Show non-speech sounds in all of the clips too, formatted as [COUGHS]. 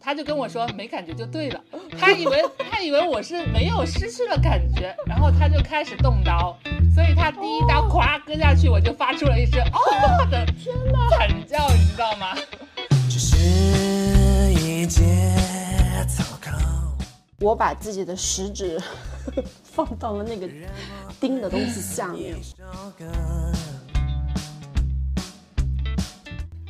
他就跟我说没感觉就对了，他以为他以为我是没有失去了感觉，然后他就开始动刀，所以他第一刀咵割下去，我就发出了一声哦的天呐惨叫，你知道吗？只是一介草稿。我把自己的食指 [LAUGHS] 放到了那个钉的东西下面一，首歌，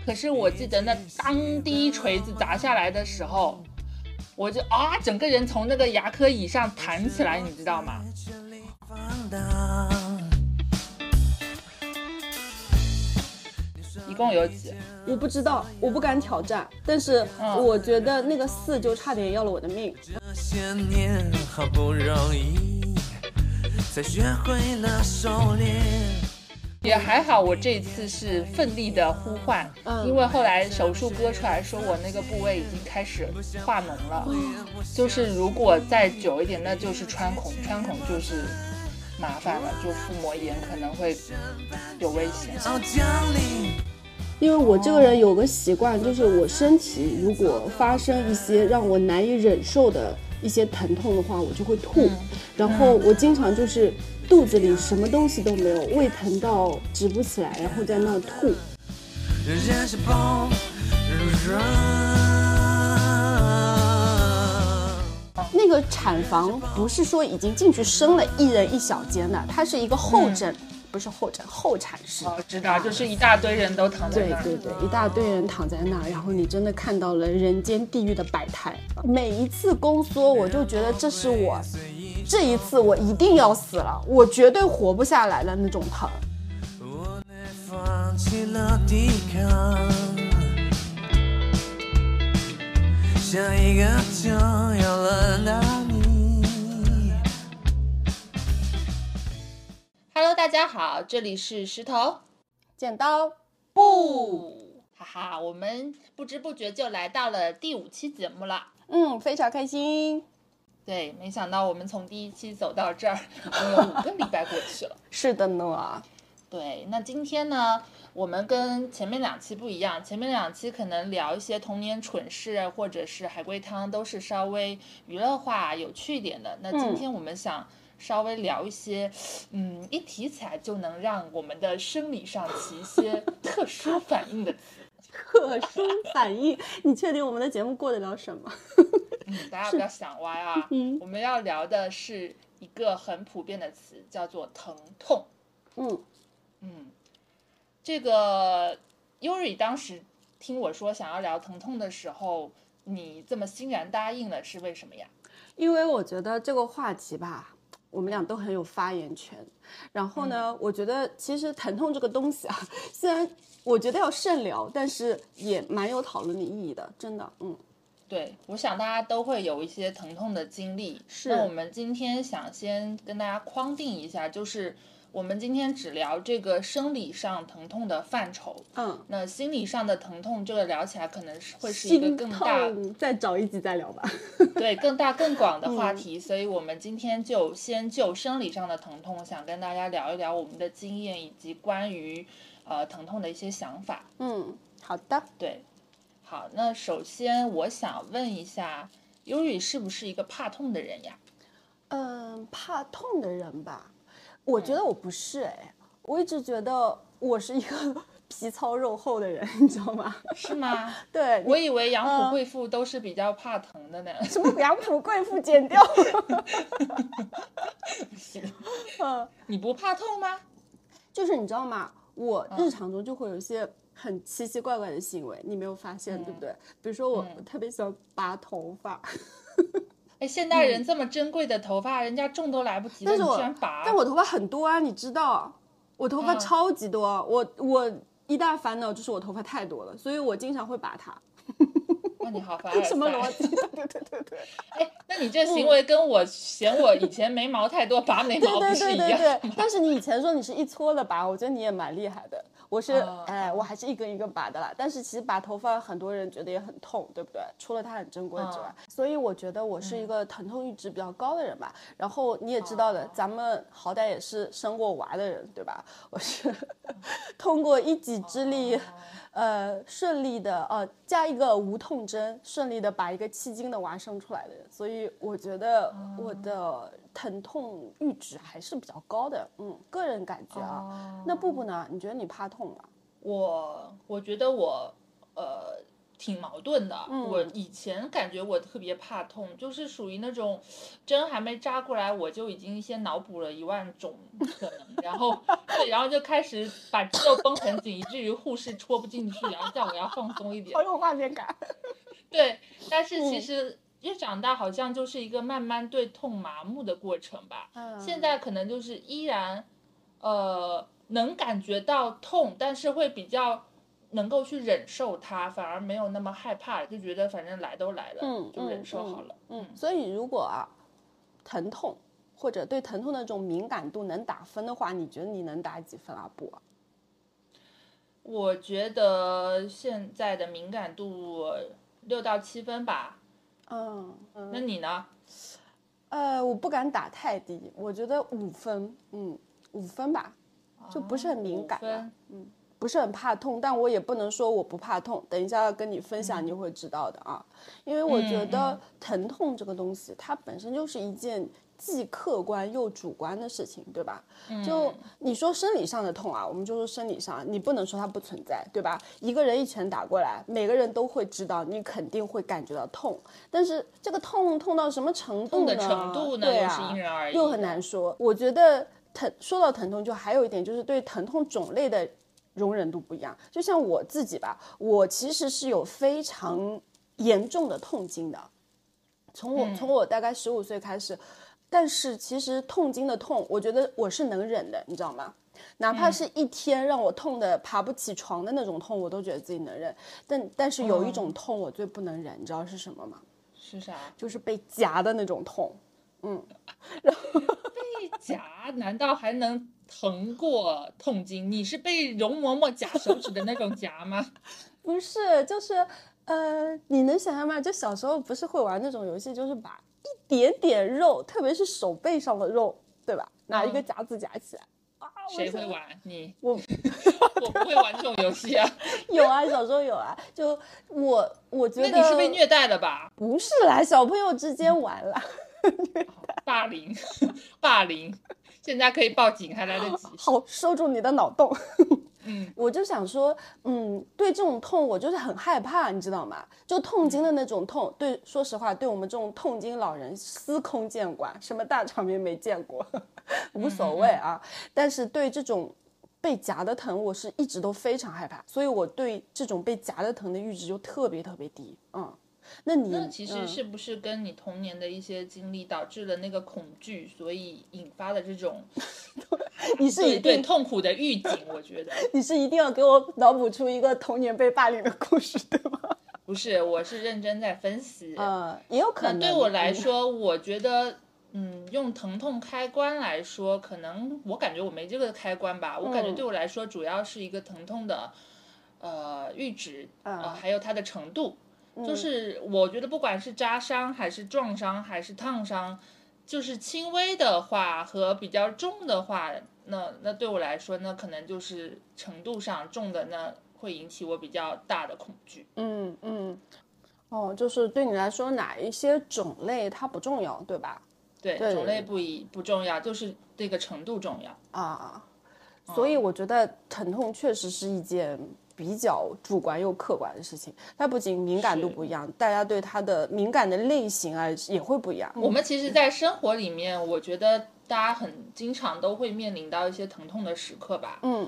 可是我记得那当第一锤子砸下来的时候，我就啊，整个人从那个牙科椅上弹起来，你知道吗？全力放荡。一共有几？我不知道，我不敢挑战，但是嗯我觉得那个四就差点要了我的命。这些年好不容易才学会了收敛。也还好，我这次是奋力的呼唤，嗯因为后来手术割出来说我那个部位已经开始化脓了，嗯就是如果再久一点，那就是穿孔，穿孔就是麻烦了，就腹膜炎可能会有危险。早降临，因为我这个人有个习惯，就是我身体如果发生一些让我难以忍受的一些疼痛的话，我就会吐，然后我经常就是肚子里什么东西都没有，胃疼到直不起来，然后在那吐。人是崩，人。那个产房不是说已经进去生了一人一小间的，它是一个后诊，不是后诊，后产室。哦，知道，就是一大堆人都躺在对那儿。对对，一大堆人躺在那儿，然后你真的看到了人间地狱的百态。每一次宫缩，我就觉得这是我，这一次我一定要死了，我绝对活不下来了那种疼。我也放弃了抵抗，下一个就要轮到你。 Hello，大家好，这里是石头剪刀，布，哦哈哈，我们不知不觉就来到了第五期节目了。嗯，非常开心。对，没想到我们从第一期走到这 [LAUGHS] 儿，已经有五个礼拜过去了。是的呢，对，那今天呢，我们跟前面两期不一样，前面两期可能聊一些童年蠢事或者是海龟汤，都是稍微娱乐化、有趣一点的。那今嗯天我们想稍微聊一些，嗯，一提起来就能让我们的生理上起一 [LAUGHS] 些特殊反应的词。特殊反应， [LAUGHS] 你确定我们的节目过得了审吗？嗯，大家不要想歪啊。嗯我们要聊的是一个很普遍的词，叫做疼痛。嗯嗯，这个 Yuri 当时听我说想要聊疼痛的时候，你这么欣然答应了，是为什么呀？因为我觉得这个话题吧，我们俩都很有发言权。然后呢，我觉得其实疼痛这个东西啊，虽然我觉得要慎聊，但是也蛮有讨论的意义的，真的。嗯，对，我想大家都会有一些疼痛的经历。是那我们今天想先跟大家框定一下，就是我们今天只聊这个生理上疼痛的范畴。嗯，那心理上的疼痛，这个聊起来可能是会是一个心更大、痛，再找一集再聊 [LAUGHS] 吧。对更大更广的嗯话题，所以我们今天就先就生理上的疼痛，想跟大家聊一聊我们的经验以及关于呃疼痛的一些想法。嗯，好的。对，好，那首先我想问一下，Yuri 是不是一个怕痛的人呀？嗯，怕痛的人吧，我觉得我不是哎，我一直觉得我是一个 [LAUGHS] 皮糙肉厚的人，你知道吗？是吗？ [LAUGHS] 对，你我以为养嗯虎贵妇都是比较怕疼的呢。 [LAUGHS] 什么 [LAUGHS] 杨浦贵妇剪掉。 [LAUGHS] 嗯，你不怕痛吗？就是你知道吗？我嗯日常中就会有一些很奇奇怪怪的行为，你没有发现、对不对？比如说我嗯特别喜欢拔头发，哎，现代人这么珍贵的头发，人家种都来不及了，嗯但是你我居然拔？但我头发很多啊，你知道，我头发嗯超级多，我我一大烦恼就是我头发太多了，所以我经常会拔它。哇，你好凡尔赛！ [LAUGHS] 什么逻辑？对对对对。哎，那你这行为跟我嫌我以前眉毛太多拔眉对毛不对是对一样？对对，但是你以前说你是一撮的拔，我觉得你也蛮厉害的。我是、哦哎，我还是一根一根拔的啦。但是其实拔头发，很多人觉得也很痛，对不对？除了它很珍贵之外，哦所以我觉得我嗯是一个疼痛阈值比较高的人吧。然后你也知道的，哦咱们好歹哦 [LAUGHS] 也是生过娃的人，对吧？我是通过一己之力，呃顺利的呃加一个无痛针，顺利的把一个七斤的娃生出来的人，所以我觉得我哦的疼痛阈值还是比较高的，嗯，个人感觉哦啊。那布布呢？你觉得你怕 [LAUGHS] 痛吗？ [LAUGHS] 我我觉得我呃挺矛盾的、嗯我以前感觉我特别怕痛，就是属于那种针还没扎过来，我就已经先脑补了一万种可能，然后对，然后就开始把肌肉绷很紧，以至于护士戳不进去，然后叫我要放松一点 [LAUGHS] 好。有画面感。对，但是嗯其实越长大，好像就是一个慢慢对痛麻木的过程吧。[LAUGHS] 嗯现在可能就是依然，呃，能感觉到痛，但是会比较能够去忍受它，反而没有那么害怕，就觉得反正来都来了，嗯就忍受好了。嗯，所以如果啊，疼痛或者对疼痛的这种敏感度能打分的话，你觉得你能打几分啊？不，我觉得现在的敏感度六到七分吧。嗯，那你呢？呃，我不敢打太低，我觉得五分，嗯，五分吧，就不是很敏感哦五了分，不是很怕痛，但我也不能说我不怕痛。等一下要跟你分嗯享，你会知道的啊。因为我觉得疼痛这个东西，它本身就是一件既客观又主观的事情，对吧？就嗯你说生理上的痛啊，我们就说生理上，你不能说它不存在，对吧？一个人一拳打过来，每个人都会知道，你肯定会感觉到痛，但是这个痛痛到什么程度痛呢？的程度呢对又啊，是因人而异又很的难说。我觉得疼，说到疼痛，就还有一点就是对疼痛种类的容忍度不一样。就像我自己吧，我其实是有非常严重的痛经的，从我、从我大概十五岁开始，但是其实痛经的痛，我觉得我是能忍的，你知道吗？哪怕是一天让我痛的爬不起床的那种痛，我都觉得自己能忍。但但是有一种痛我最不能忍，你知道是什么吗？是啥？就是被夹的那种痛。 [LAUGHS] 被夹难道还能疼过痛经？你是被容嬷嬷夹手指的那种夹吗？不是，就是，呃，你能想象吗？就小时候不是会玩那种游戏，就是把一点点肉，特别是手背上的肉，对吧？拿一嗯个夹子夹起来。啊，我谁会真的玩？你 [LAUGHS] 我我不会玩这种游戏啊！有啊，小时候有啊。就我，我觉那得你是被虐待了吧？不是啦，小朋友之间玩啦，霸凌， [LAUGHS] 霸凌，现在可以报警还来得及。好，收住你的脑洞。 [LAUGHS] 嗯，我就想说，嗯，对这种痛，我就是很害怕，你知道吗？就痛经的那种痛，嗯对，说实话，对我们这种痛经老人司空见惯，什么大场面没见过， [LAUGHS] 无所嗯谓啊。但是对这种被夹的疼，我是一直都非常害怕，所以我对这种被夹的疼的阈值就特别特别低。嗯，那你那其实嗯是不是跟你童年的一些经历导致了那个恐惧，所以引发的这种你是对一对定痛苦的预警？我觉得你是一定要给我脑补出一个童年被霸凌的故事，对吗？不是，我是认真在分析。呃，也有可那能对我来嗯说，我觉得，嗯，用疼痛开关来说，可能我感觉我没这个开关吧。我感觉嗯对我来说，主要是一个疼痛的，呃，阈值，呃，啊还有它的程度。嗯就是我觉得，不管是扎伤，还是撞伤，还是烫伤，就是轻微的话和比较重的话，那那对我来说，那可能就是程度上重的那会引起我比较大的恐惧。嗯嗯，哦，就是对你来说哪一些种类它不重要，对吧？对，对种类不一不重要，就是这个程度重要。啊，所哦以我觉得疼痛确实是一件比较主观又客观的事情，它不仅敏感度是不一样，大家对它的敏感的类型啊也会不一样。我们其实，在生活里面，我觉得大家很经常都会面临到一些疼痛的时刻吧。嗯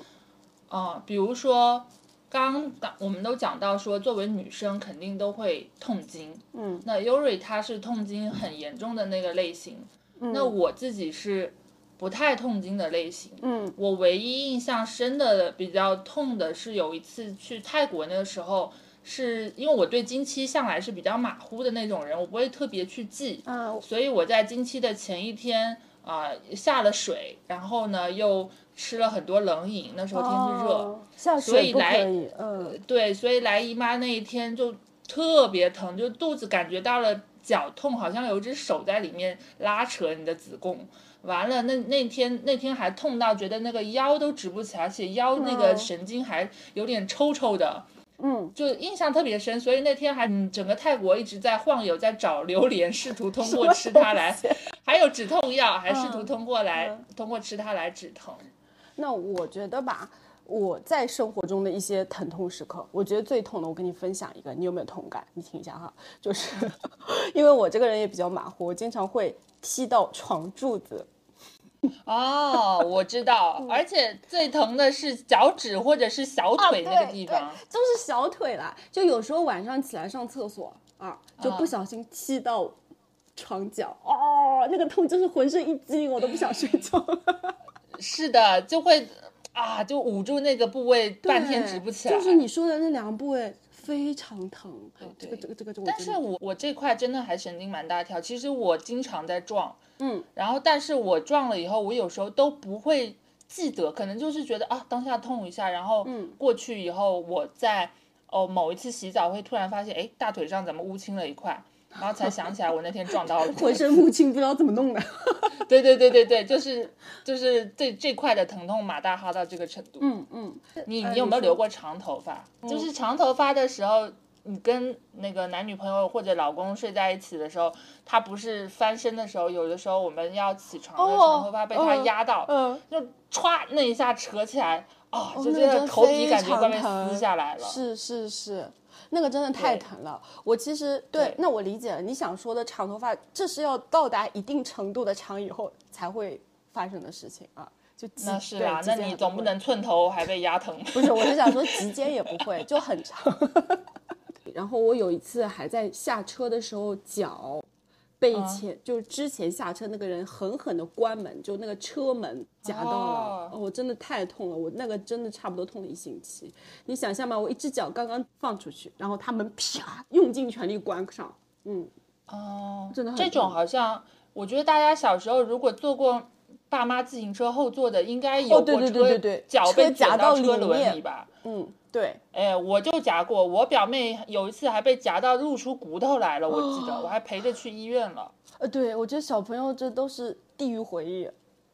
嗯，比如说，刚刚我们都讲到说，作为女生肯定都会痛经。嗯，那 Yuri 她是痛经很严重的那个类型，嗯那我自己是不太痛经的类型。嗯我唯一印象深的比较痛的是有一次去泰国那个时候，是因为我对经期向来是比较马虎的那种人，我不会特别去记，嗯所以我在经期的前一天啊、下了水，然后呢又吃了很多冷饮，那时候天气热，哦下所以水不来呃可以，嗯对，所以来姨妈那一天就特别疼，就肚子感觉到了绞痛，好像有一只手在里面拉扯你的子宫。完了，那那天那天还痛到觉得那个腰都直不起来，而且腰那个嗯神经还有点抽抽的。嗯，就印象特别深，所以那天还嗯整个泰国一直在晃悠，在找榴莲，试图通过吃它来，还有止痛药，还试图通过来、通过吃它来止疼。那我觉得吧，我在生活中的一些疼痛时刻，我觉得最痛的，我跟你分享一个，你有没有同感？你听一下哈，就是 [LAUGHS] 因为我这个人也比较马虎，我经常会踢到床柱子。哦，我知道，而且最疼的是脚趾或者是小腿那个地方。啊、对对就是小腿啦。就有时候晚上起来上厕所啊，就嗯不小心踢到床角，哦，那个痛就是浑身一激灵，我都不想睡觉了。是的，就会啊，就捂住那个部位， [LAUGHS] 半天直不起来。就是你说的那两个部位非常疼，这对个这个这个这个。但是我真的我我这块真的还神经蛮大条，其实我经常在撞，嗯，然后但是我撞了以后，我有时候都不会记得，可能就是觉得啊当下痛一下，然后嗯过去以后我在哦某一次洗澡会突然发现，哎大腿上怎么乌青了一块，然后才想起来我那天撞到 [LAUGHS] 了浑身木青，不知道怎么弄的。对对对对对，就是就是这这块的疼痛马大哈到这个程度。嗯嗯，你呃你有没有你说嗯留过长头发？就是长头发的时候，你跟那个男女朋友或者老公睡在一起的时候，他不是翻身的时候，有的时候我们要起床的哦长头发被他嗯压到，嗯，就歘那一下扯起来，哦，就那觉个得真头非皮感觉常快被疼撕下来了。是是是，那个真的太对疼了。我其实对对，那我理解了你想说的长头发，这是要到达一定程度的长以后才会发生的事情啊。就极那是对啦，极那简你很总不会能寸头还被压疼吧？不是，我是想说及肩也不会，就很长。 [LAUGHS] 然后我有一次还在下车的时候脚被前、就是之前下车那个人狠狠的关门，就那个车门夹到了哦，哦，我真的太痛了，我那个真的差不多痛了一星期。你想象吧，我一只脚刚刚放出去，然后他们啪用尽全力关上，嗯，哦，真的很这种痛好像，我觉得大家小时候如果坐过爸妈自行车后座的，应该有过哦对车、对对对对脚车被夹夹到里车轮面里吧？嗯，对，哎，我就夹过，我表妹有一次还被夹到露出骨头来了，我记得，哦我还陪着去医院了。呃，对，我觉得小朋友这都是地狱回忆。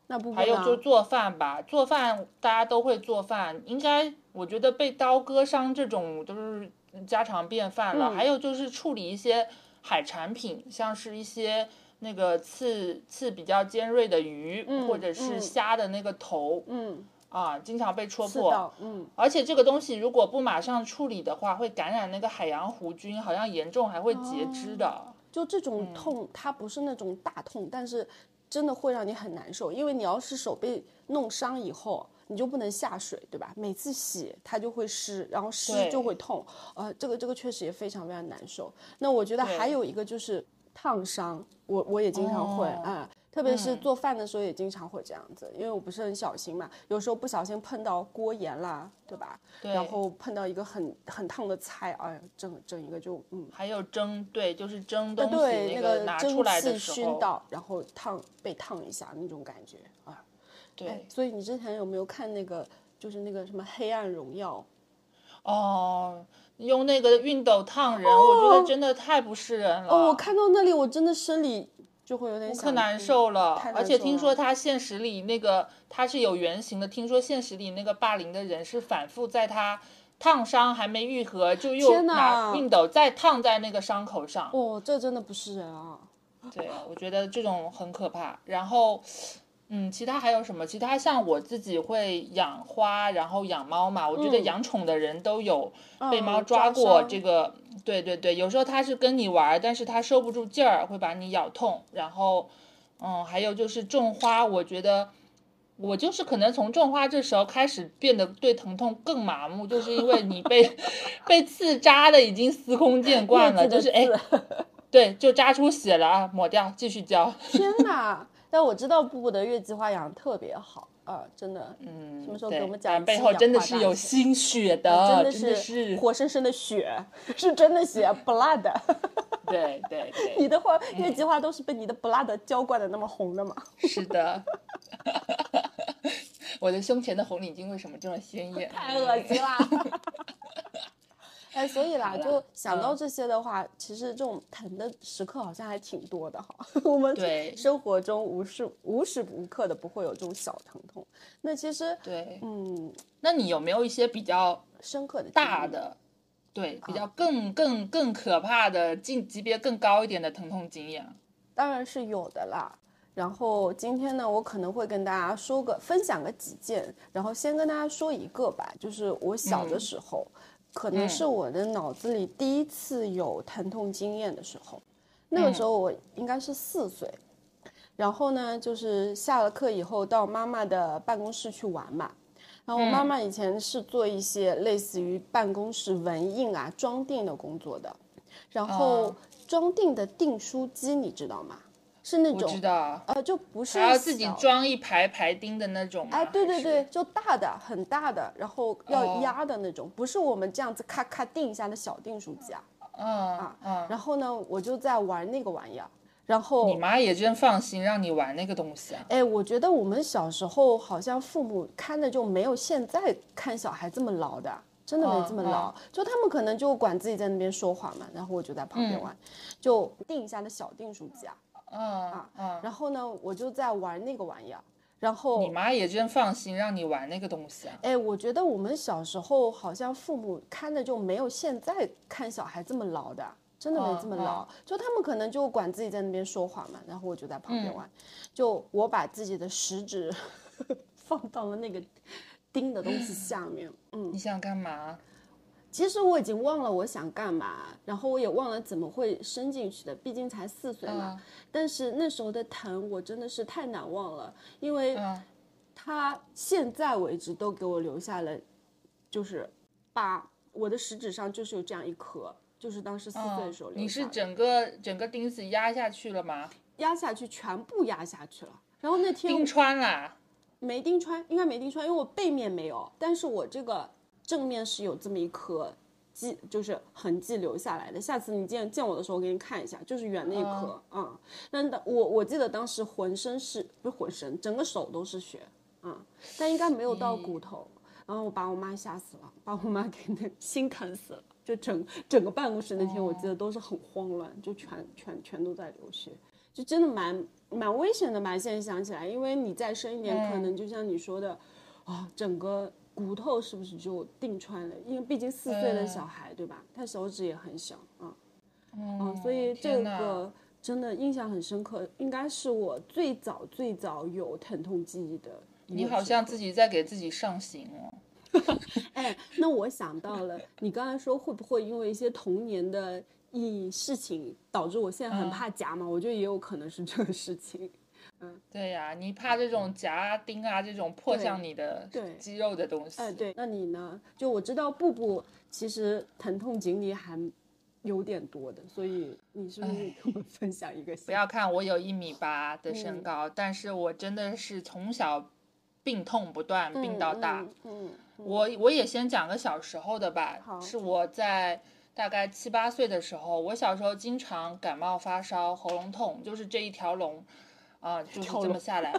那不还有就做饭吧，做饭大家都会做饭，应该我觉得被刀割伤这种都是家常便饭了。嗯还有就是处理一些海产品，像是一些那个刺刺比较尖锐的鱼，嗯或者是嗯虾的那个头、嗯，啊，经常被戳刺破。到，嗯，而且这个东西如果不马上处理的话，会感染那个海洋弧菌，好像严重还会截肢的。就这嗯种痛，它不是那种大痛，但是真的会让你很难受，因为你要是手被弄伤以后，你就不能下水，对吧？每次洗它就会湿，然后湿对就会痛，呃，这个这个确实也非常非常难受。那我觉得对还有一个就是烫伤，我我也经常会，哦啊。特别是嗯做饭的时候也经常会这样子，因为我不是很小心嘛，有时候不小心碰到锅沿啦，对吧？对然后碰到一个很很烫的菜，哎呀，整整一个就嗯，还有蒸，对，就是蒸呃东西对，个个拿蒸出来汽的时熏候，到，然后烫被烫一下那种感觉啊。对。哎所以你之前有没有看那个，就是那个什么《黑暗荣耀》？啊哦，用那个熨斗烫人，我觉得真的太不是人了，哦，我看到那里，我真的生理就会有点可想难哭受了。太难而且受听了说他现实里那个他是有原型的，听说现实里那个霸凌的人是反复在他烫伤还没愈合，就又天哪拿熨斗再烫在那个伤口上。哦，这真的不是人啊！对，我觉得这种很可怕。然后，嗯，其他还有什么？其他像我自己会养花，然后养猫嘛。我觉得嗯养宠的人都有被嗯猫抓抓过伤这个，对对对，有时候它是跟你玩儿，但是它收不住劲儿，会把你咬痛。然后，嗯，还有就是种花，我觉得。我就是可能从种花这时候开始变得对疼痛更麻木，就是因为你被 [LAUGHS] 被刺扎的已经司空见惯了，叶就是子的哎，刺对，就扎出血了啊，抹掉，继续浇。天哪！但我知道布布的月季花养得特别好啊，真的，嗯，什么时候对给我们讲一但背期后养真的花是大有全心血真的，啊真是的是，活生生的血， [LAUGHS] 是真的血 [LAUGHS] ，blood。对对你 [LAUGHS] 对，的花月季花都是被你的 blood 浇灌的那么红的吗？是的。 [LAUGHS] 我的胸前的红领巾为什么这么鲜艳？ [LAUGHS] 太恶心啦！哎，所以 [LAUGHS] 啦，就想到这些的话，其实这种疼的时刻好像还挺多的哈。我们对生活中无时无时无刻的不会有这种小疼痛。那其实， [LAUGHS] 对，嗯，那你有没有一些比较深刻的大经历，的，对，比较嗯更更更可怕的进级别更高一点的疼痛经验。啊当然是有的啦。然后今天呢，我可能会跟大家说个分享个几件，然后先跟大家说一个吧，就是我小的时候，可能是我的脑子里第一次有疼痛经验的时候，那个时候我应该是四岁。然后呢，就是下了课以后到妈妈的办公室去玩嘛。然后我妈妈以前是做一些类似于办公室文印啊、装订的工作的，然后哦装订的订书机你知道吗？是那我种知道，呃，就不是还要自己小装一排排钉的那种吗。哎，对还对是对，，就大的很大的，然后哦要压的那种，不是我们这样子咔咔定一下的小订书机啊。嗯嗯。然后呢，我就在玩那个玩意儿，然后你妈也真放心让你玩那个东西啊。哎，我觉得我们小时候好像父母看的就没有现在看小孩这么牢的，真的没这么牢。嗯就他们可能就管自己在那边说话嘛，然后我就在旁边玩，就定一下的小订书机啊。嗯嗯。然后呢，我就在玩那个玩意儿，然后你妈也真放心让你玩那个东西啊。哎，我觉得我们小时候好像父母看的就没有现在看小孩这么牢的，真的没这么牢。嗯就他们可能就管自己在那边说话嘛，然后我就在旁嗯边玩，就我把自己的食指 [LAUGHS] 放到了那个钉的东西下面。嗯，你想干嘛？其实我已经忘了我想干嘛，然后我也忘了怎么会伸进去的，毕竟才四岁嘛。嗯但是那时候的疼我真的是太难忘了，因为嗯它现在为止都给我留下了，就是疤，我的食指上就是有这样一颗，就是当时四岁的时候嗯，留你下的、是整个整个钉子压下去了吗？压下去，全部压下去了。然后那天钉穿啦。没钉穿，应该没钉穿，因为我背面没有，但是我这个正面是有这么一颗记，就是痕迹留下来的。下次你见见我的时候，我给你看一下，就是圆那一颗啊、嗯那当我我记得当时浑身是不是浑身，整个手都是血啊、嗯但应该没有到骨头。然后我把我妈吓死了，把我妈给那心疼死了。就整整个办公室那天，我记得都是很慌乱，就全全全都在流血。就真的蛮蛮危险的吧。现在想起来，因为你再深一点，可能就像你说的，啊，整个骨头是不是就定穿了？因为毕竟四岁的小孩，对吧？他手指也很小啊，嗯所以这天哪个真的印象很深刻，应该是我最早最早有疼痛记忆的一个时刻。你好像自己在给自己上刑哦。哎，那我想到了，你刚才说会不会因为一些童年的意义事情导致我现在很嗯怕夹嘛？我觉得也有可能是这个事情。对呀、你怕这种夹啊、钉啊这种破嗯对向你的对肌肉的东西。哎，对，那你呢？就我知道布布其实疼痛经历还有点多的，所以你是不是给我们分享一个？哎不要看我有一米八的身嗯高，但是我真的是从小病痛不断，病到大。嗯，嗯，我我也先讲个小时候的吧好，是我在大概七八岁的时候，我小时候经常感冒发烧、喉咙痛，就是这一条龙，啊、就是条这么龙嗯下 [LAUGHS] 来。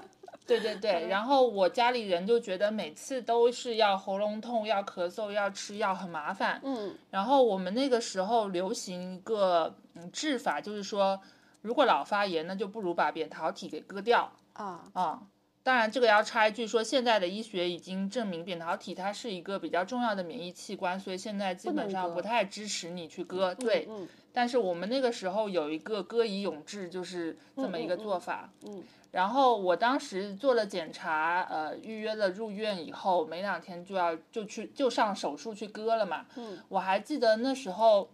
对对对，然后我家里人就觉得每次都是要喉咙痛、要咳嗽、要吃药，很麻烦。嗯然后我们那个时候流行一个嗯治法，就是说，如果老发炎，那就不如把扁桃体给割掉。啊，啊、当然这个要插一句说，现在的医学已经证明扁桃体它是一个比较重要的免疫器官，所以现在基不本能上割不太支持你去割。对，嗯但是我们那个时候有一个割以永志，就是这么一个嗯嗯做法。嗯然后我当时做了检查，呃，预约了入院以后，没两天就要就去就上手术去割了嘛。嗯，我还记得那时候。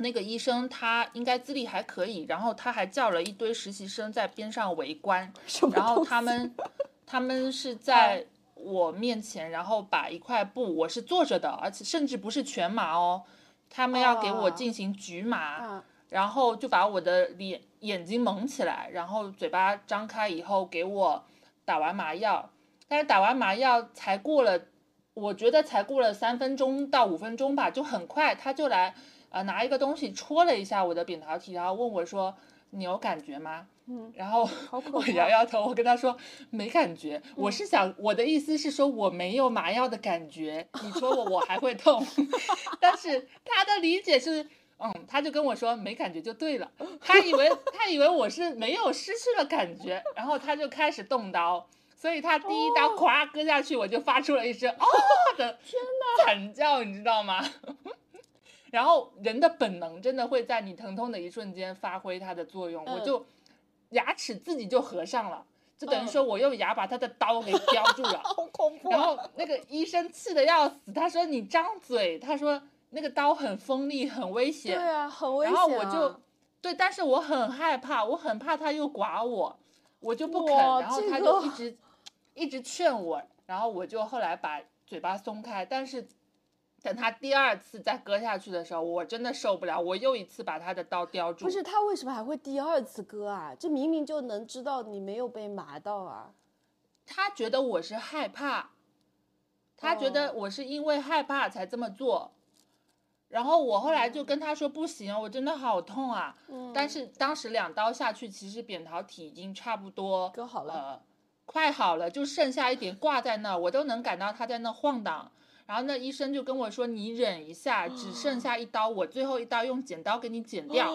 那个医生他应该资历还可以，然后他还叫了一堆实习生在边上围观，什么然后东西他们他们是在我面前，然后把一块布，我是坐着的，而且甚至不是全麻哦，他们要给我哦进行局麻，啊然后就把我的脸眼睛蒙起来，然后嘴巴张开以后给我打完麻药，但是打完麻药才过了，我觉得才过了三分钟到五分钟吧，就很快他就来呃拿一个东西戳了一下我的扁桃体，然后问我说你有感觉吗？嗯，然后可我怕嗯摇摇头，我跟他说没感觉。我是想，我的意思是说我没有麻药的感觉，你戳我我还会痛。但是他的理解是，嗯，他就跟我说没感觉就对了，他以为他以为我是没有失去了感觉，然后他就开始动刀，所以他第一刀咵割啊下去，我就发出了一声哦的惨叫，你知道吗？ [LAUGHS] 然后人的本能真的会在你疼痛的一瞬间发挥它的作用，我嗯就牙齿自己就合上了，就等于说我用牙把他的刀给叼住了。好恐怖然啊！后那个医生气得要死，他说你张嘴，他说那个刀很锋利，很危对险。啊，很危然险、后啊。我就对，但是我很害怕，我很怕他又剐我，我就不肯。哇然后这他个就一直一直劝我，然后我就后来把嘴巴松开，但是。等他第二次再割下去的时候，我真的受不了，我又一次把他的刀叼住。不是他为什么还会第二次割啊？这明明就能知道你没有被麻到啊！他觉得我是害怕，他觉哦得我是因为害怕才这么做。然后我后来就跟他说不行，我真的好痛啊！嗯但是当时两刀下去，其实扁桃体已经差不多割好了呃，快好了，就剩下一点挂在那儿，我都能感到他在那晃荡。然后那医生就跟我说：“你忍一下，只剩下一刀，我最后一刀用剪刀给你剪掉。”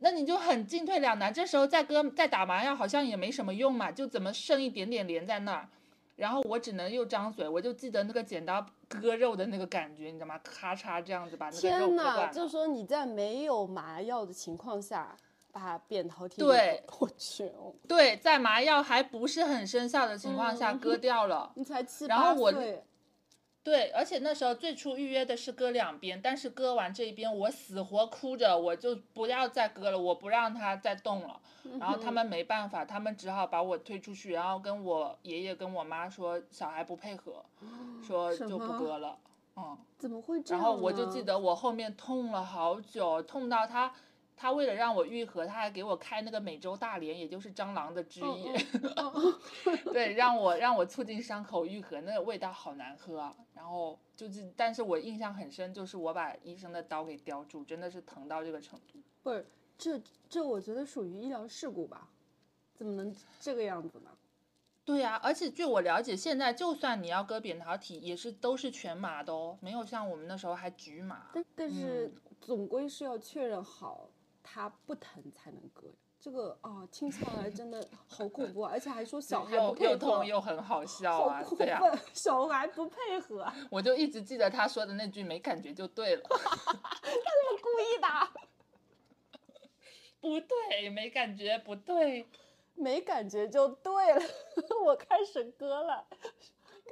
那你就很进退两难。这时候再割再打麻药好像也没什么用嘛，就怎么剩一点点连在那儿，然后我只能又张嘴，我就记得那个剪刀割肉的那个感觉，你知道吗？咔嚓这样子把那个肉天割断哪，了。就是说你在没有麻药的情况下把扁桃体对割过去，哦对，在麻药还不是很生效的情况下嗯割掉了。你才七然后八我岁，对，而且那时候最初预约的是割两边，但是割完这一边，我死活哭着，我就不要再割了，我不让它再动了。嗯然后他们没办法，他们只好把我推出去，然后跟我爷爷跟我妈说小孩不配合，说哦什就不么割了。嗯，怎么会这然样？后我就记，得我后面痛了好久，痛到他。他为了让我愈合，他还给我开那个美洲大蠊，也就是蟑螂的嗯汁哦液， [LAUGHS] 对，让我让我促进伤口愈合，那个味道好难喝啊。然后就是，但是我印象很深，就是我把医生的刀给叼住，真的是疼到这个程度。不是这这，我觉得属于医疗事故吧？怎么能这个样子呢？对呀、而且据我了解，现在就算你要割扁桃体，也是都是全麻的哦，没有像我们那时候还局麻。但但是总归是要确认好它不疼才能割。这个啊、听起来真的好恐怖啊！而且还说小孩不又配合，又痛又很好笑好啊，过对分，呀、小孩不配合，我就一直记得他说的那句“没感觉就对了故意的，”， [LAUGHS] 不对，没感觉不对，没感觉就对了。 [LAUGHS] 我开始割了，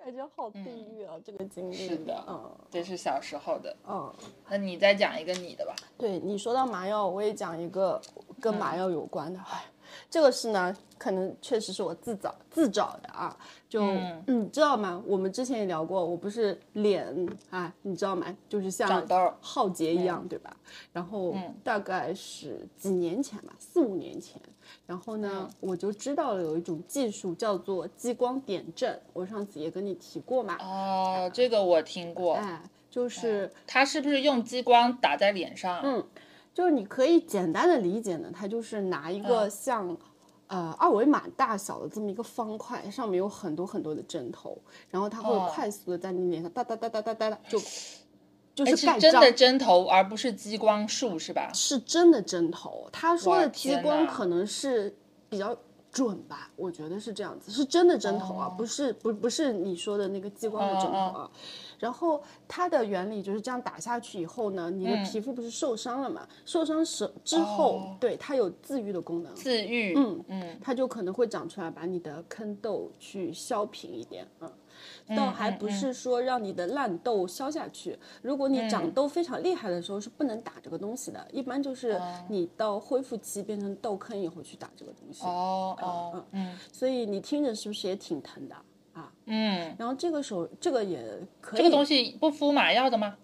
感觉好地狱啊！这个经历嗯是的嗯这是小时候的。嗯，那你再讲一个你的吧。对你说到麻药，我也讲一个跟嗯麻药有关的。哎，这个事呢，可能确实是我自找自找的啊。就、嗯嗯你知道吗？我们之前也聊过，我不是脸啊，你知道吗？就是像长痘儿嗯浩劫一样，对吧？然后大概是几年前吧，四五年前，然后嗯呢，我就知道了有一种技术叫做激光点阵，我上次也跟你提过嘛。哦，这个我听过。哎，就是。他是不是用激光打在脸上？嗯，就是你可以简单的理解呢，它就是拿一个嗯像、呃二维码大小的这么一个方块，上面有很多很多的针头，然后它哦会快速的在你脸上哒哒哒哒哒哒哒就就是是盖哎真章。的针头，而不是激光束，是吧？是真的针头，他说哇的激天光哪可能是比较准吧，我觉得是这样子，是真的针头啊，哦不是不不是你说的那个激光的针头嗯啊。然后它的原理就是这样打下去以后呢，你的皮肤不是受伤了嘛？受伤时之后，嗯哦对它有自愈的功能，自愈。嗯嗯，它就可能会长出来，把你的坑痘去削平一点，嗯，倒还不是说让你的烂痘消下去。如果你嗯长痘非常厉害的时候是不能打这个东西的，一般就是哦你到恢复期变成痘坑以后去打这个东西，哦哦，嗯所以你听着是不是也挺疼的啊？嗯，然后这个时候这个也可以，这个东西不敷麻药的吗？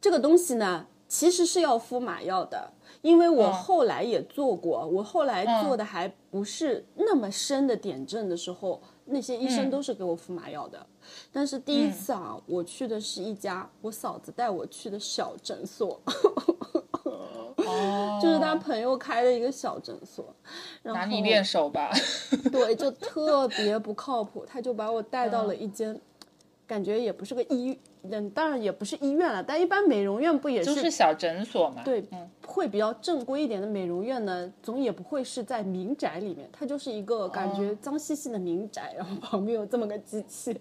这个东西呢，其实是要敷麻药的，因为我嗯后来也做过，我后来做的还不是那么深的点阵的时候，那些医嗯生都是给我敷麻药的。但是第一次啊，我去的是一家我嫂子带我去的小诊所，哦， [LAUGHS] 嗯就是她朋友开的一个小诊所，然后拿你 [LAUGHS] 练手吧。嗯对，就特别不靠谱，他就把我带到了一间感觉也不是个医，嗯，当然也不是医院了，但一般美容院不也就是小诊所嘛。对，嗯，会比较正规一点的美容院呢，总也不会是在民宅里面，它就是一哦个感觉脏兮兮的民宅，然后旁边有这么个机器。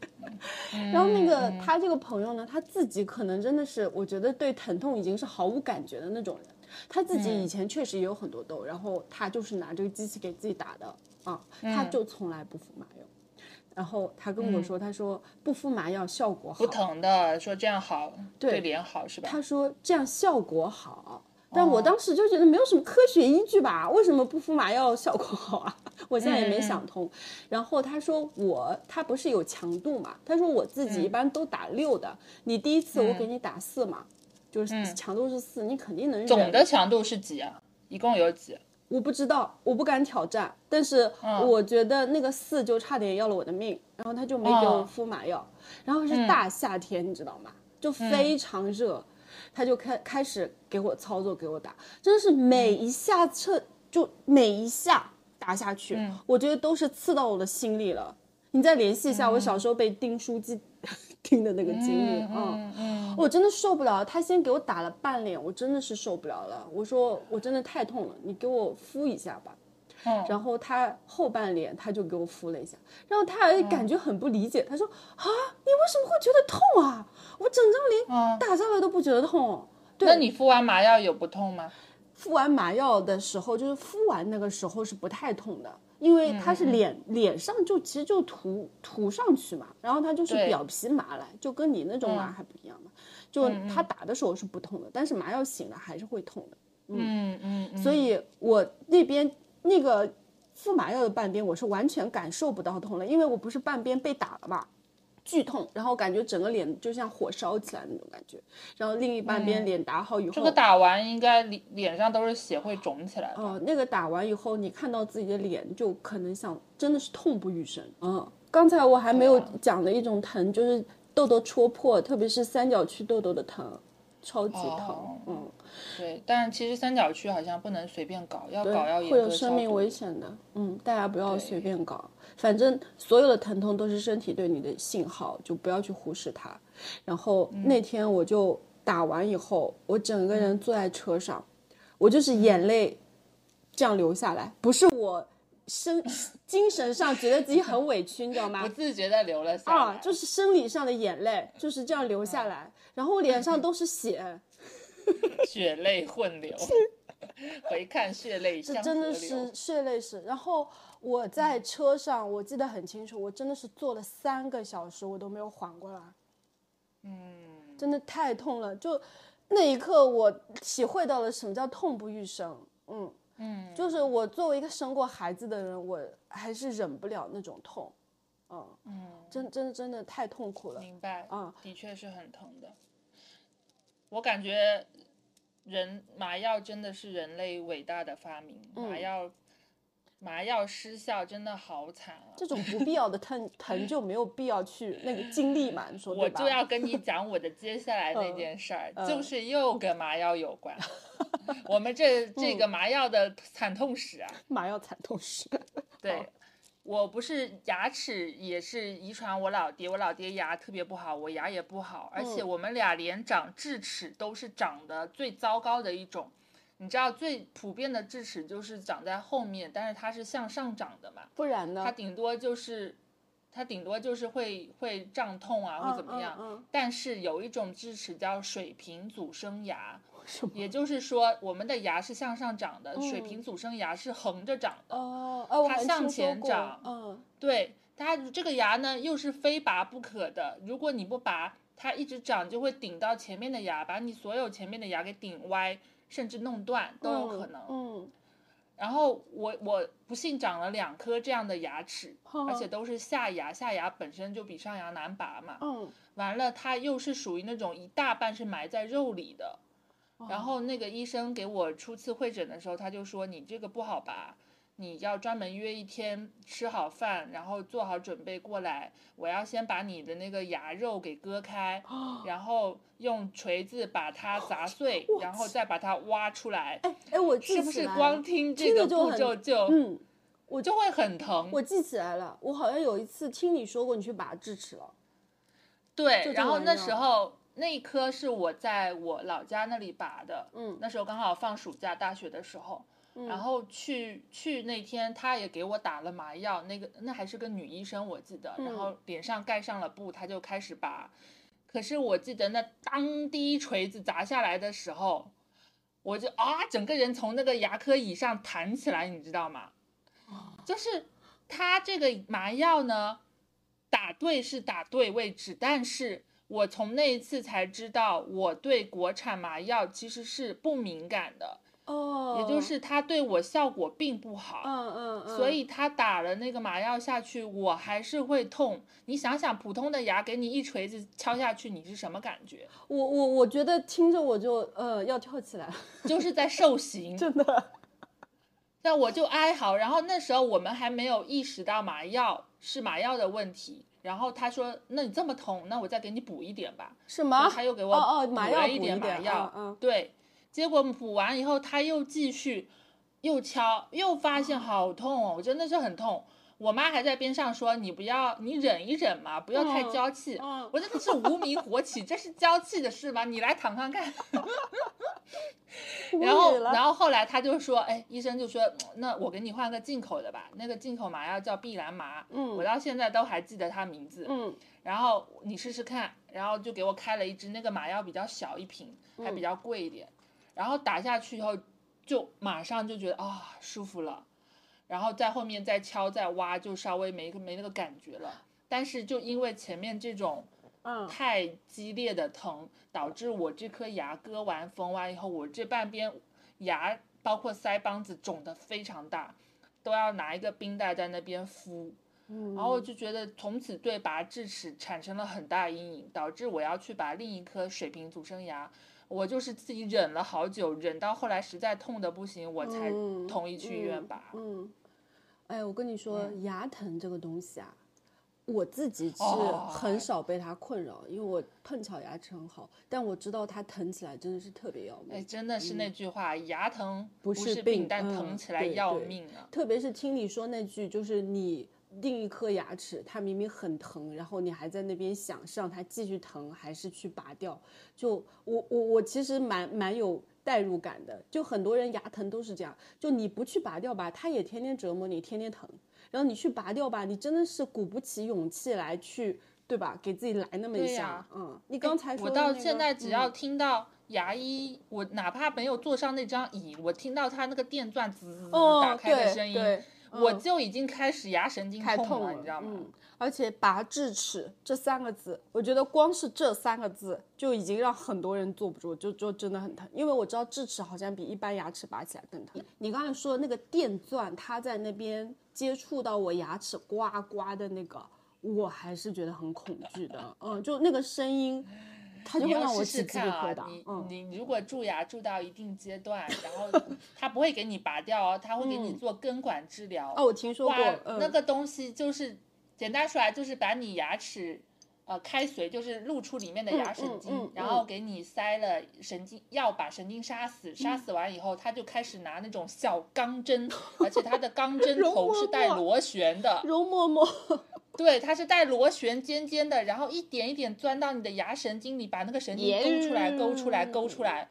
嗯然后那个他这个朋友呢，他自己可能真的是，我觉得对疼痛已经是毫无感觉的那种人。他自嗯己以前确实也有很多痘，然后他就是拿这个机器给自己打的啊，他嗯就从来不服麻药。然后他跟我说，他说不敷麻药效果好，不疼的，说这样好，对脸好是吧？他说这样效果好，哦但我当时就觉得没有什么科学依据吧，为什么不敷麻药效果好啊？ [LAUGHS] 我现在也没想嗯通。然后他说我他不是有强度嘛？他说我自己嗯一般都打六的，你第一次我给你打四嘛，就是强度是四，你肯定能忍。嗯总的强度是几啊？一共有几？我不知道，我不敢挑战，但是我觉得那个四就差点要了我的命，然后他就没给我敷麻药，然后是大夏天，你知道吗？就非常热，他就开开始给我操作，给我打，真的是每一下测就每一下打下去，我觉得都是刺到我的心里了。你再联系一下我小时候被钉书机 [LAUGHS] 钉的那个经历，嗯我真的受不了，他先给我打了半脸，我真的是受不了了。我说我真的太痛了，你给我敷一下吧。然后他后半脸他就给我敷了一下，然后他还感觉很不理解，他说啊，你为什么会觉得痛啊？我整张脸打下来都不觉得痛。对那你敷完麻药有不痛吗？敷完麻药的时候，就是敷完那个时候是不太痛的，因为嗯它是脸、脸上就其实就涂涂上去嘛，然后它就是对嗯表皮麻来，就跟你那种麻还不一样嘛，就它打的时候是不痛的，但是麻药醒了还是会痛的，嗯嗯嗯，所以我那边那个敷麻药的半边我是完全感受不到痛了，因为我不是半边被打了嘛。剧痛，然后感觉整个脸就像火烧起来那种感觉，然后另一半边脸打好以后，嗯这个打完应该脸脸上都是血会肿起来的。哦哦，那个打完以后，你看到自己的脸，就可能想真的是痛不欲生。嗯，刚才我还没有讲的一种疼，就是痘痘戳破，特别是三角区痘痘的疼，超级疼。哦嗯，对，但其实三角区好像不能随便搞，要搞要对，严会格有消生命毒危险的。嗯，大家不要随便搞，反正所有的疼痛都是身体对你的信号，就不要去忽视它。然后嗯那天我就打完以后，我整个人坐在车上，我就是眼泪这样流下来，不是我身 [LAUGHS] 精神上觉得自己很委屈，你知道吗 [LAUGHS] 不？自觉的流了下来。啊，就是生理上的眼泪就是这样流下嗯来，然后脸上都是血，血泪混流，回看血泪这相真和的流嗯是血泪史。然后我在车上，我记得很清楚，我真的是坐了三个小时，我都没有缓过来。嗯，真的太痛了，就那一刻我体会到了什么叫痛不欲生。嗯嗯，就是我作为一个生过孩子的人，我还是忍不了那种痛。嗯嗯，真真的真的太痛苦了。明白啊，的确是很疼的。我感觉人麻药真的是人类伟大的发明，嗯麻药麻药失效真的好惨啊！这种不必要的疼疼就没有必要 [LAUGHS] 去那个经历嘛，你说我对吧？嗯就要跟你讲我的接下来那件事儿，就是又跟麻药有 [LAUGHS] 关。我们这这嗯个麻药的惨痛史啊，麻药惨痛 [LAUGHS] 史。对，我不是牙齿也是遗传我老爹，我老爹牙特别不好，我牙也不好，而嗯且我们俩连长智齿都是长得最糟糕的一种。你知道最普遍的智齿就是长在后面，但是它是向上长的嘛，不然呢？它顶多就是。它顶多就是会会胀痛啊，或怎么样。嗯嗯但是有一种智齿叫水平阻生牙，什么也就是说我们的牙是向上长的，水平阻生牙是横着长的。嗯哦，哦，我它还向听说前过长嗯，对，它这个牙呢又是非拔不可的，如果你不拔，它一直长就会顶到前面的牙，把你所有前面的牙给顶歪，甚至弄断都有可能。嗯，然后我我不幸长了两颗这样的牙齿，而哦且都是下牙，下牙本身就比上牙难拔嘛。嗯，完了，它又是属于那种一大半是埋在肉里的。哦然后那个医生给我初次会诊的时候，他就说你这个不好拔，你要专门约一天吃好饭，然后做好准备过来。我要先把你的那个牙肉给割开，哦然后用锤子把它砸碎，然后再把它挖出来。哎，我记是不起是来光了听这听着个就步很骤就嗯，我就会很疼？我记起来了，我好像有一次听你说过你去拔智齿了，对，就这然后玩意那儿时候那一颗是我在我老家那里拔的，嗯那时候刚好放暑假，大学的时候，然后去去那天他也给我打了麻药，那个那还是个女医生我记得，然后脸上盖上了布，他就开始拔，可是我记得那当第一锤子砸下来的时候，我就啊，整个人从那个牙科椅上弹起来，你知道吗？就是他这个麻药呢，打对是打对位置，但是我从那一次才知道，我对国产麻药其实是不敏感的，哦，也就是它对我效果并不好。嗯嗯嗯，所以他打了那个麻药下去，我还是会痛。你想想，普通的牙给你一锤子敲下去，你是什么感觉？我我我觉得听着我就呃要跳起来了，就是在受刑。真 [LAUGHS] 的。那我就哀嚎。然后那时候我们还没有意识到麻药是麻药的问题。然后他说：“那你这么痛，那我再给你补一点吧。”什么？他又给我哦哦补麻药了补一点麻点药，嗯对。结果补完以后，他又继续又敲，又发现好痛哦，我真的是很痛。我妈还在边上说：“你不要，你忍一忍嘛，不要太嗯娇气。嗯我真的是无名火起，这是娇气的事吗？你来躺躺看。嗯然后，无语了然后后来他就说，哎，医生就说，嗯那我给你换个进口的吧，那个进口麻药叫碧蓝麻，嗯我到现在都还记得它名字，嗯然后你试试看，然后就给我开了一支，那个麻药比较小一瓶，还比较贵一点，然后打下去以后，就马上就觉得啊、舒服了，然后在后面再敲再挖就稍微没没那个感觉了，但是就因为前面这种。嗯，太激烈的疼，导致我这颗牙割完缝完以后，我这半边牙包括腮帮子肿得非常大，都要拿一个冰袋在那边敷。嗯然后我就觉得从此对拔智齿产生了很大阴影，导致我要去拔另一颗水平阻生牙。我就是自己忍了好久，忍到后来实在痛的不行，我才嗯同意去医院嗯拔。嗯，哎，我跟你说，牙疼这个东西啊，我自己是哦很少被它困扰，因为我碰巧牙齿很好，但我知道它疼起来真的是特别要哎，命，真的是那句话，牙疼嗯不是病，是病但嗯疼起来对要对命啊！特别是听你说那句，就是你。另一颗牙齿，它明明很疼，然后你还在那边想是让它继续疼，还是去拔掉？就我我我其实蛮蛮有代入感的，就很多人牙疼都是这样，就你不去拔掉吧，它也天天折磨你，天天疼。然后你去拔掉吧，你真的是鼓不起勇气来去，对吧？给自己来那么一对下，呀哎嗯。你刚才说我的到那个现在只要嗯听到牙医，我哪怕没有坐上那张椅，我听到他那个电钻滋嗯哦打开的对声音，对嗯我就已经开始牙神经太痛了，你知道吗？嗯，而且拔智齿这三个字，我觉得光是这三个字就已经让很多人坐不住，就就真的很疼。因为我知道智齿好像比一般牙齿拔起来更疼。你刚才说的那个电钻，它在那边接触到我牙齿呱呱的那个，我还是觉得很恐惧的。嗯，就那个声音，它就你会要让我试起试鸡皮看啊疙！瘩。你、嗯，你如果蛀牙蛀到一定阶段，然后他不会给你拔掉哦，他会给你做根管治疗。嗯哦，我听说过哇，，嗯、那个东西就是简单说来啊就是把你牙齿呃开髓，就是露出里面的牙神经，嗯嗯嗯然后给你塞了神经药，把神经杀死。嗯杀死完以后，他就开始拿那种小钢针，而且他的钢针 [LAUGHS] 容嬷头嬷是带螺旋的，容嬷嬷，对，它是带螺旋尖尖的，然后一点一点钻到你的牙神经里，把那个神经勾出来、勾出来、勾出来。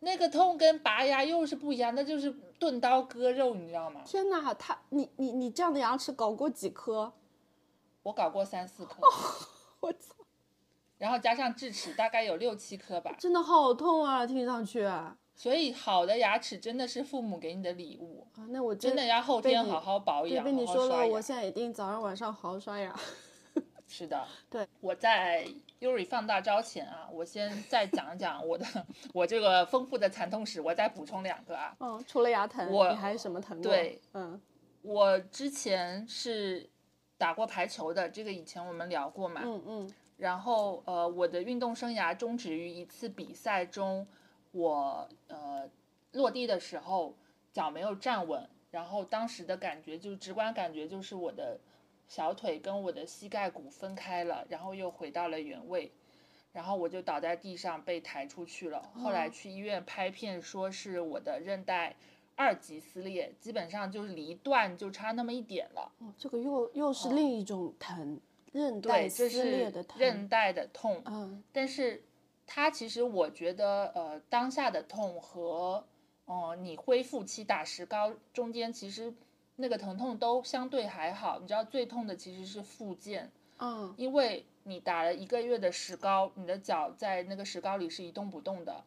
那个痛跟拔牙又是不一样，那就是钝刀割肉，你知道吗？天哪，它你你你这样的牙齿搞过几颗？我搞过三四颗。哦我操！然后加上智齿，大概有六七颗吧。真的好痛啊！听上去啊，所以好的牙齿真的是父母给你的礼物，啊那我真的要后天被你好好保对养，被好你好说刷了，牙我现在一定早上晚上好好刷牙。是的，对，我在 Yuri 放大招前啊，我 [LAUGHS] 先再讲一讲我的我这个丰富的惨痛史，我再补充两个啊。嗯，除了牙疼，我你还什么疼过？对，嗯我之前是打过排球的，这个以前我们聊过嘛，嗯嗯然后呃，我的运动生涯终止于一次比赛中，我呃落地的时候脚没有站稳，然后当时的感觉就直观感觉就是我的小腿跟我的膝盖骨分开了，然后又回到了原位，然后我就倒在地上被抬出去了。后哦来去医院拍片，说是我的韧带二级撕裂，基本上就是离断就差那么一点了。哦，这个又又是另一种疼，韧哦对，带就撕裂是的疼，韧带的痛。嗯但是它其实我觉得，呃，当下的痛和哦、呃你恢复期打石膏中间，其实那个疼痛都相对还好。你知道最痛的其实是复健，嗯因为你打了一个月的石膏，你的脚在那个石膏里是一动不动的，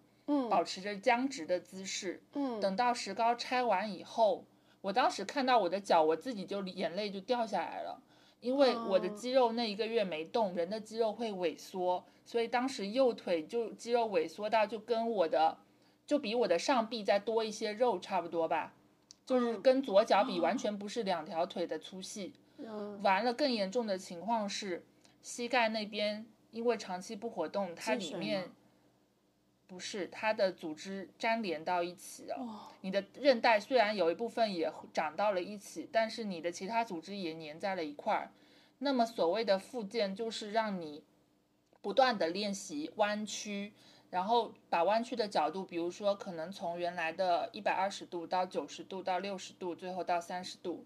保嗯持着僵直的姿势。嗯，等到石膏拆完以后，我当时看到我的脚，我自己就眼泪就掉下来了，因为我的哦肌肉那一个月没动，人的肌肉会萎缩，所以当时右腿就肌肉萎缩到就跟我的就比我的上臂再多一些肉差不多吧，就是嗯跟左脚比完全不是两条腿的粗细。嗯完了，更严重的情况是膝盖那边因为长期不活动，它积里水面吗不是它的组织粘连到一起了。哇你的韧带虽然有一部分也长到了一起，但是你的其他组织也粘在了一块儿。那么所谓的复健，就是让你不断的练习弯曲，然后把弯曲的角度，比如说可能从原来的一百二十度到九十度到六十度，最后到三十度，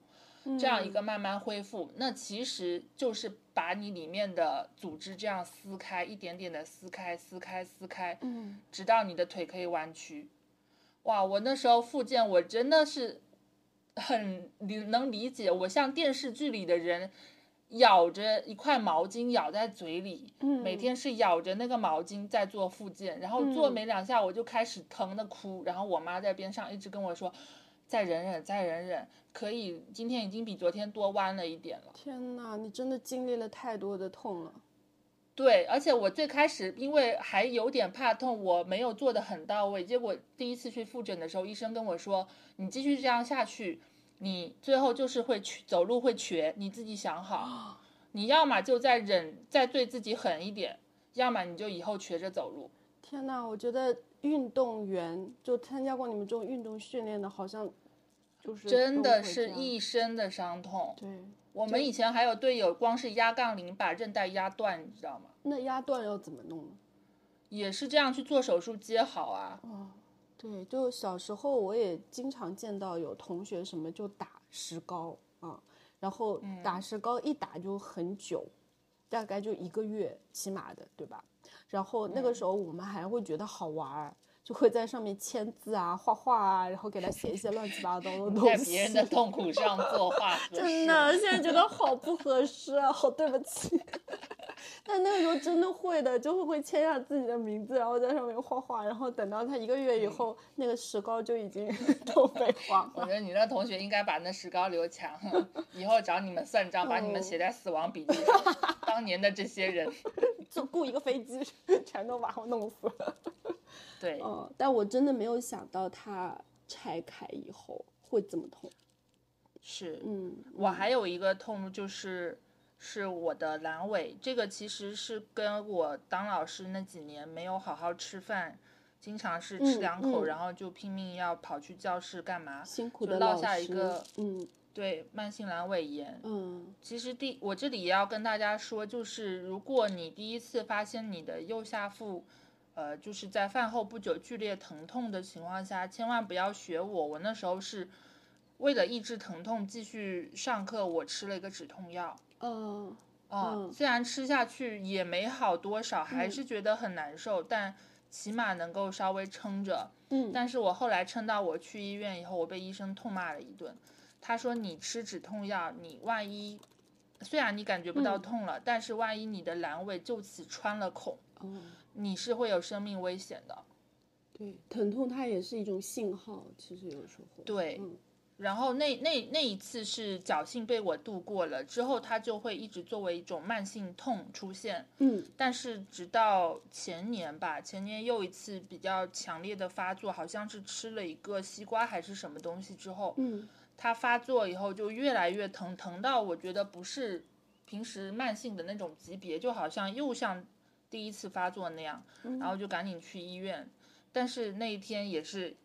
这样嗯一个慢慢恢复，那其实就是把你里面的组织这样撕开，一点点的撕开，撕开，撕开，嗯直到你的腿可以弯曲。哇，我那时候复健，我真的是很理能理解，我像电视剧里的人，咬着一块毛巾咬在嘴里，嗯每天是咬着那个毛巾在做复健，然后做嗯没两下我就开始疼的哭，然后我妈在边上一直跟我说。再忍忍，再忍忍，可以。今天已经比昨天多弯了一点了。天哪，你真的经历了太多的痛了，对，而且我最开始因为还有点怕痛，我没有做的很到位。结果第一次去复诊的时候，医生跟我说：“你继续这样下去，你最后就是会瘸走路会瘸，你自己想啊好。你要么就再忍，再对自己狠一点，要么你就以后瘸着走路。天哪，我觉得运动员就参加过你们这种运动训练的，好像就是真都的会是这样一身的伤痛。对，我们以前还有队友，光是压杠铃把韧带压断，你知道吗？那压断要怎么弄呢？也是这样去做手术接好啊。对，就小时候我也经常见到有同学什么就打石膏啊，然后嗯打石膏一打就很久，大概就一个月起码的，对吧？然后那个时候嗯我们还会觉得好玩儿，就会在上面签字啊、画画啊，然后给他写一些乱七八糟的东西。 [LAUGHS] 在别人的痛苦上作画， [LAUGHS] 合真 [LAUGHS] 适的，现在觉得好不合适啊，好对不起。 [LAUGHS] 但那个时候真的会的，就会签下自己的名字，然后在上面画画，然后等到他一个月以嗯后，那个石膏就已经 [LAUGHS] 都被画我了。觉得你那同学应该把那石膏留强，以后找你们算账，把你们写在死亡笔记上。 [LAUGHS] 当年的这些人，就雇一个飞机， [LAUGHS] 全都把我弄死了。对，嗯，但我真的没有想到它拆开以后会这么痛。是。嗯，我还有一个痛就是是我的阑尾，这个其实是跟我当老师那几年没有好好吃饭，经常是嗯吃两口，嗯然后就拼命要跑去教室干嘛？辛苦就的落老下师。一个嗯对，慢性阑尾炎。嗯其实第我这里也要跟大家说，就是如果你第一次发现你的右下腹，呃，就是在饭后不久剧烈疼痛的情况下，千万不要学我。我那时候是为了抑制疼痛继续上课，我吃了一个止痛药。嗯，啊、嗯虽然吃下去也没好多少，还是觉得很难受，但起码能够稍微撑着。嗯但是我后来撑到我去医院以后，我被医生痛骂了一顿。他说：“你吃止痛药，你万一虽然你感觉不到痛了，但是万一你的阑尾就此穿了孔，哦，你是会有生命危险的。对，疼痛它也是一种信号，其实有时候。对嗯然后那那那一次是侥幸被我度过了，之后它就会一直作为一种慢性痛出现。嗯但是直到前年吧，前年又一次比较强烈的发作，好像是吃了一个西瓜还是什么东西之后，嗯它发作以后就越来越疼，疼到我觉得不是平时慢性的那种级别，就好像又像第一次发作那样，然后就赶紧去医院。但是那一天也是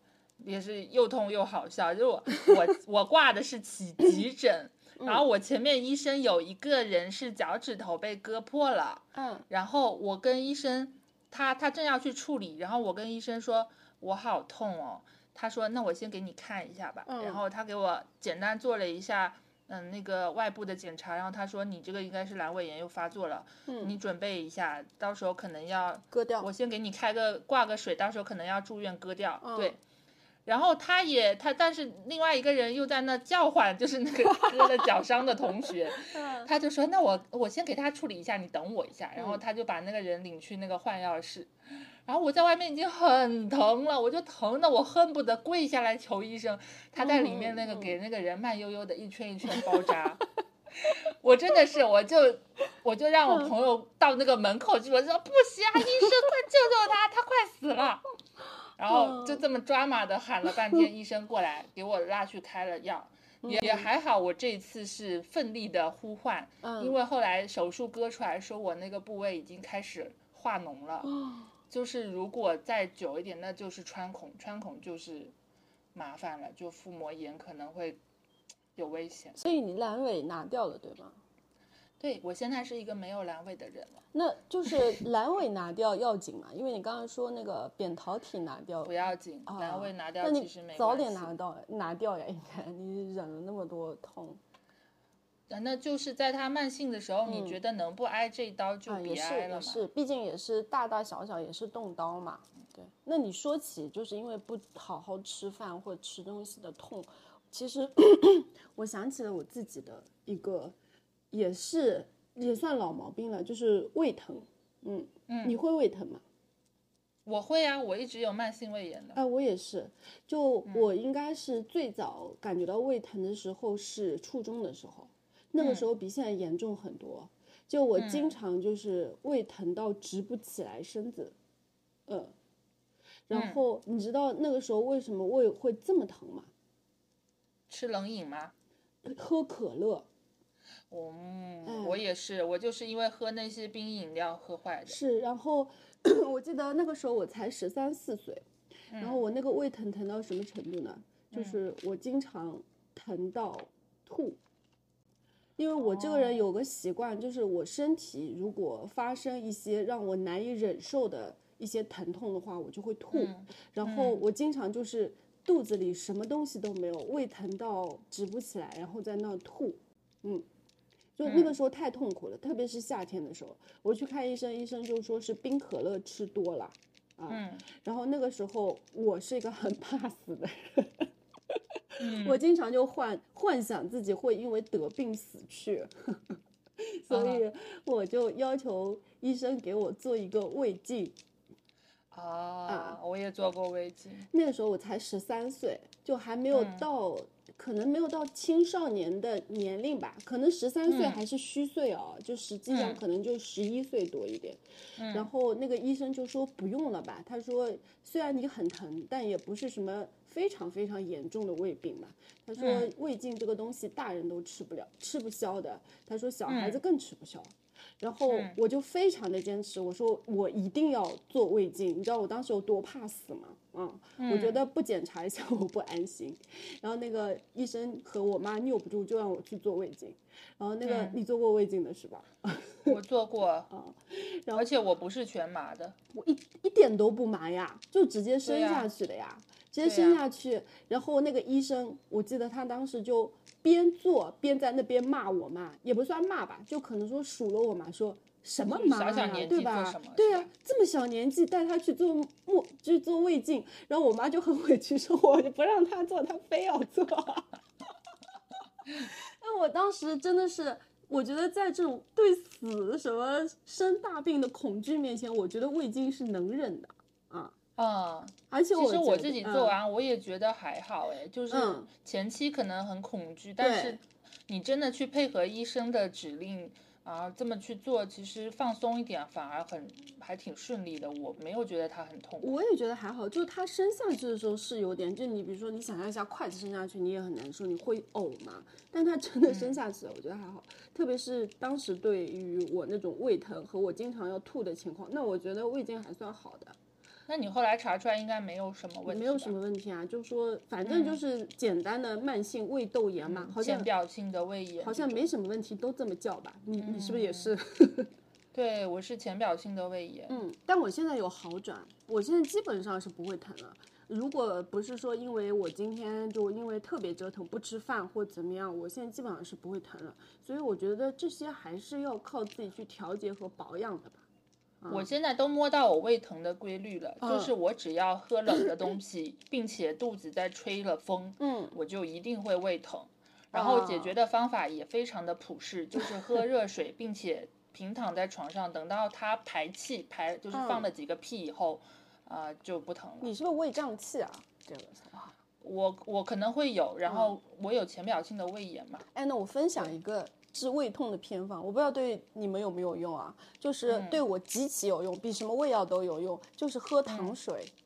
也是又痛又好笑，就我我我挂的是起急诊，然后我前面医生有一个人是脚趾头被割破了。嗯，然后我跟医生，他他正要去处理，然后我跟医生说，我好痛哦。他说，那我先给你看一下吧。然后他给我简单做了一下，嗯那个外部的检查，然后他说你这个应该是阑尾炎又发作了，嗯嗯你准备一下，到时候可能要割掉我先给你开个挂个水，到时候可能要住院割掉。对。然后他也他，但是另外一个人又在那叫唤，就是那个割了脚伤的同学，嗯他就说：“那我我先给他处理一下，你等我一下。”然后他就把那个人领去那个换药室，然后我在外面已经很疼了，我就疼的我恨不得跪下来求医生。他在里面那个给那个人慢悠悠的一圈一圈包扎， [LAUGHS] 我真的是我就我就让我朋友到那个门口去，我就说不行啊，医生快救救他，他快死了。然后就这么抓马的喊了半天，医生过来给我拉去开了药。也也还好，我这一次是奋力的呼唤，嗯因为后来手术割出来说我那个部位已经开始化脓了，哦就是如果再久一点，那就是穿孔，穿孔就是麻烦了，就腹膜炎可能会有危险。所以你阑尾拿掉了，对吗？对我现在是一个没有阑尾的人了，那 [LAUGHS] 就是阑尾拿掉要紧嘛，因为你刚刚说那个扁桃体拿掉不要紧，啊阑尾拿掉那其你实没关系。早点拿到拿掉呀，应该你忍了那么多痛，啊那就是在他慢性的时候，你觉得能不挨这一刀就嗯啊，也别是挨了也嘛。是，毕竟也是大大小小也是动刀嘛。对，那你说起就是因为不好好吃饭或吃东西的痛，其实 [COUGHS] 我想起了我自己的一个，也是也算老毛病了，就是胃疼。嗯嗯，你会胃疼吗？我会啊，我一直有慢性胃炎的。嗯哎，我也是，就我应该是最早感觉到胃疼的时候是初中的时候，那个时候比现在严重很多。就我经常就是胃疼到直不起来身子，嗯，然后你知道那个时候为什么胃会这么疼吗？吃冷饮吗？喝可乐我、嗯、我也是，我就是因为喝那些冰饮料喝坏的。是，然后 [CLEARS THROAT] 我记得那个时候我才十三四岁，然后我那个胃疼疼到什么程度呢？就是我经常疼到吐，因为我这个人有个习惯，就是我身体如果发生一些让我难以忍受的一些疼痛的话，我就会吐，然后我经常就是肚子里什么东西都没有，胃疼到直不起来，然后在那儿吐，嗯。就那个时候太痛苦了，特别是夏天的时候，我去看医生，医生就说是冰可乐吃多了。嗯然后那个时候我是一个很怕死的人，嗯我经常就幻幻想自己会因为得病死去， [LAUGHS] 所以我就要求医生给我做一个胃镜。啊，嗯我也做过胃镜。那个时候我才十三岁，就还没有到、可能没有到青少年的年龄吧，可能十三岁还是虚岁哦，就实际上可能就十一岁多一点。然后那个医生就说不用了吧，他说虽然你很疼，但也不是什么非常非常严重的胃病吧。他说胃镜这个东西大人都吃不了，吃不消的。他说小孩子更吃不消。然后我就非常的坚持，我说我一定要做胃镜，你知道我当时有多怕死吗？嗯，我觉得不检查一下 [LAUGHS] 我不安心。然后那个医生和我妈拗不住，就让我去做胃镜。然后那个、你做过胃镜的是吧？我做过，嗯而且我不是全麻的，我一一点都不麻呀，就直接伸对呀下去的呀，直接伸下去。然后那个医生，我记得他当时就边做边在那边骂我妈，也不算骂吧，就可能说数落我妈说。什么妈呀、小小年纪对吧做什么？对呀、是吧这么小年纪带他去做胃，去做胃镜，然后我妈就很委屈说：“我就不让他做，他非要 [LAUGHS] 做。”但我当时真的是，我觉得在这种对死什么生大病的恐惧面前，我觉得胃镜是能忍的。嗯，而其且我实觉我得自己嗯做完，我也觉得还好哎，就是嗯前期可能很恐惧，但是你真的去配合医生的指令啊，这么去做，其实放松一点，反而很还挺顺利的。我没有觉得它很痛苦。我也觉得还好，就是它伸下去的时候是有点，就你比如说你想象一下筷子伸下去，你也很难受，你会呕嘛。但它真的伸下去了，我觉得还好。特别是当时对于我那种胃疼和我经常要吐的情况，那我觉得胃镜还算好的。那你后来查出来应该没有什么问题吧，没有什么问题啊，就说反正就是简单的慢性胃窦炎嘛，好像浅表性的胃炎，好像没什么问题，都这么叫吧？你你是不是也是？对我是浅表性的胃炎，嗯，但我现在有好转，我现在基本上是不会疼了。如果不是说因为我今天就因为特别折腾不吃饭或怎么样，我现在基本上是不会疼了。所以我觉得这些还是要靠自己去调节和保养的吧。啊嗯我现在都摸到我胃疼的规律了，就是我只要喝冷的东西，并且肚子在吹了风，嗯，我就一定会胃疼。然后解决的方法也非常的朴实，就是喝热水，并且平躺在床上，等到它排气排就是放了几个屁以后，啊、就不疼了。你是不是胃胀气啊？这个什么？我我可能会有，然后我有浅表性的胃炎嘛，哎，那我分享一个治胃痛的偏方，我不知道对你们有没有用啊？就是嗯对我极其有用，比什么胃药都有用，就是喝糖水，嗯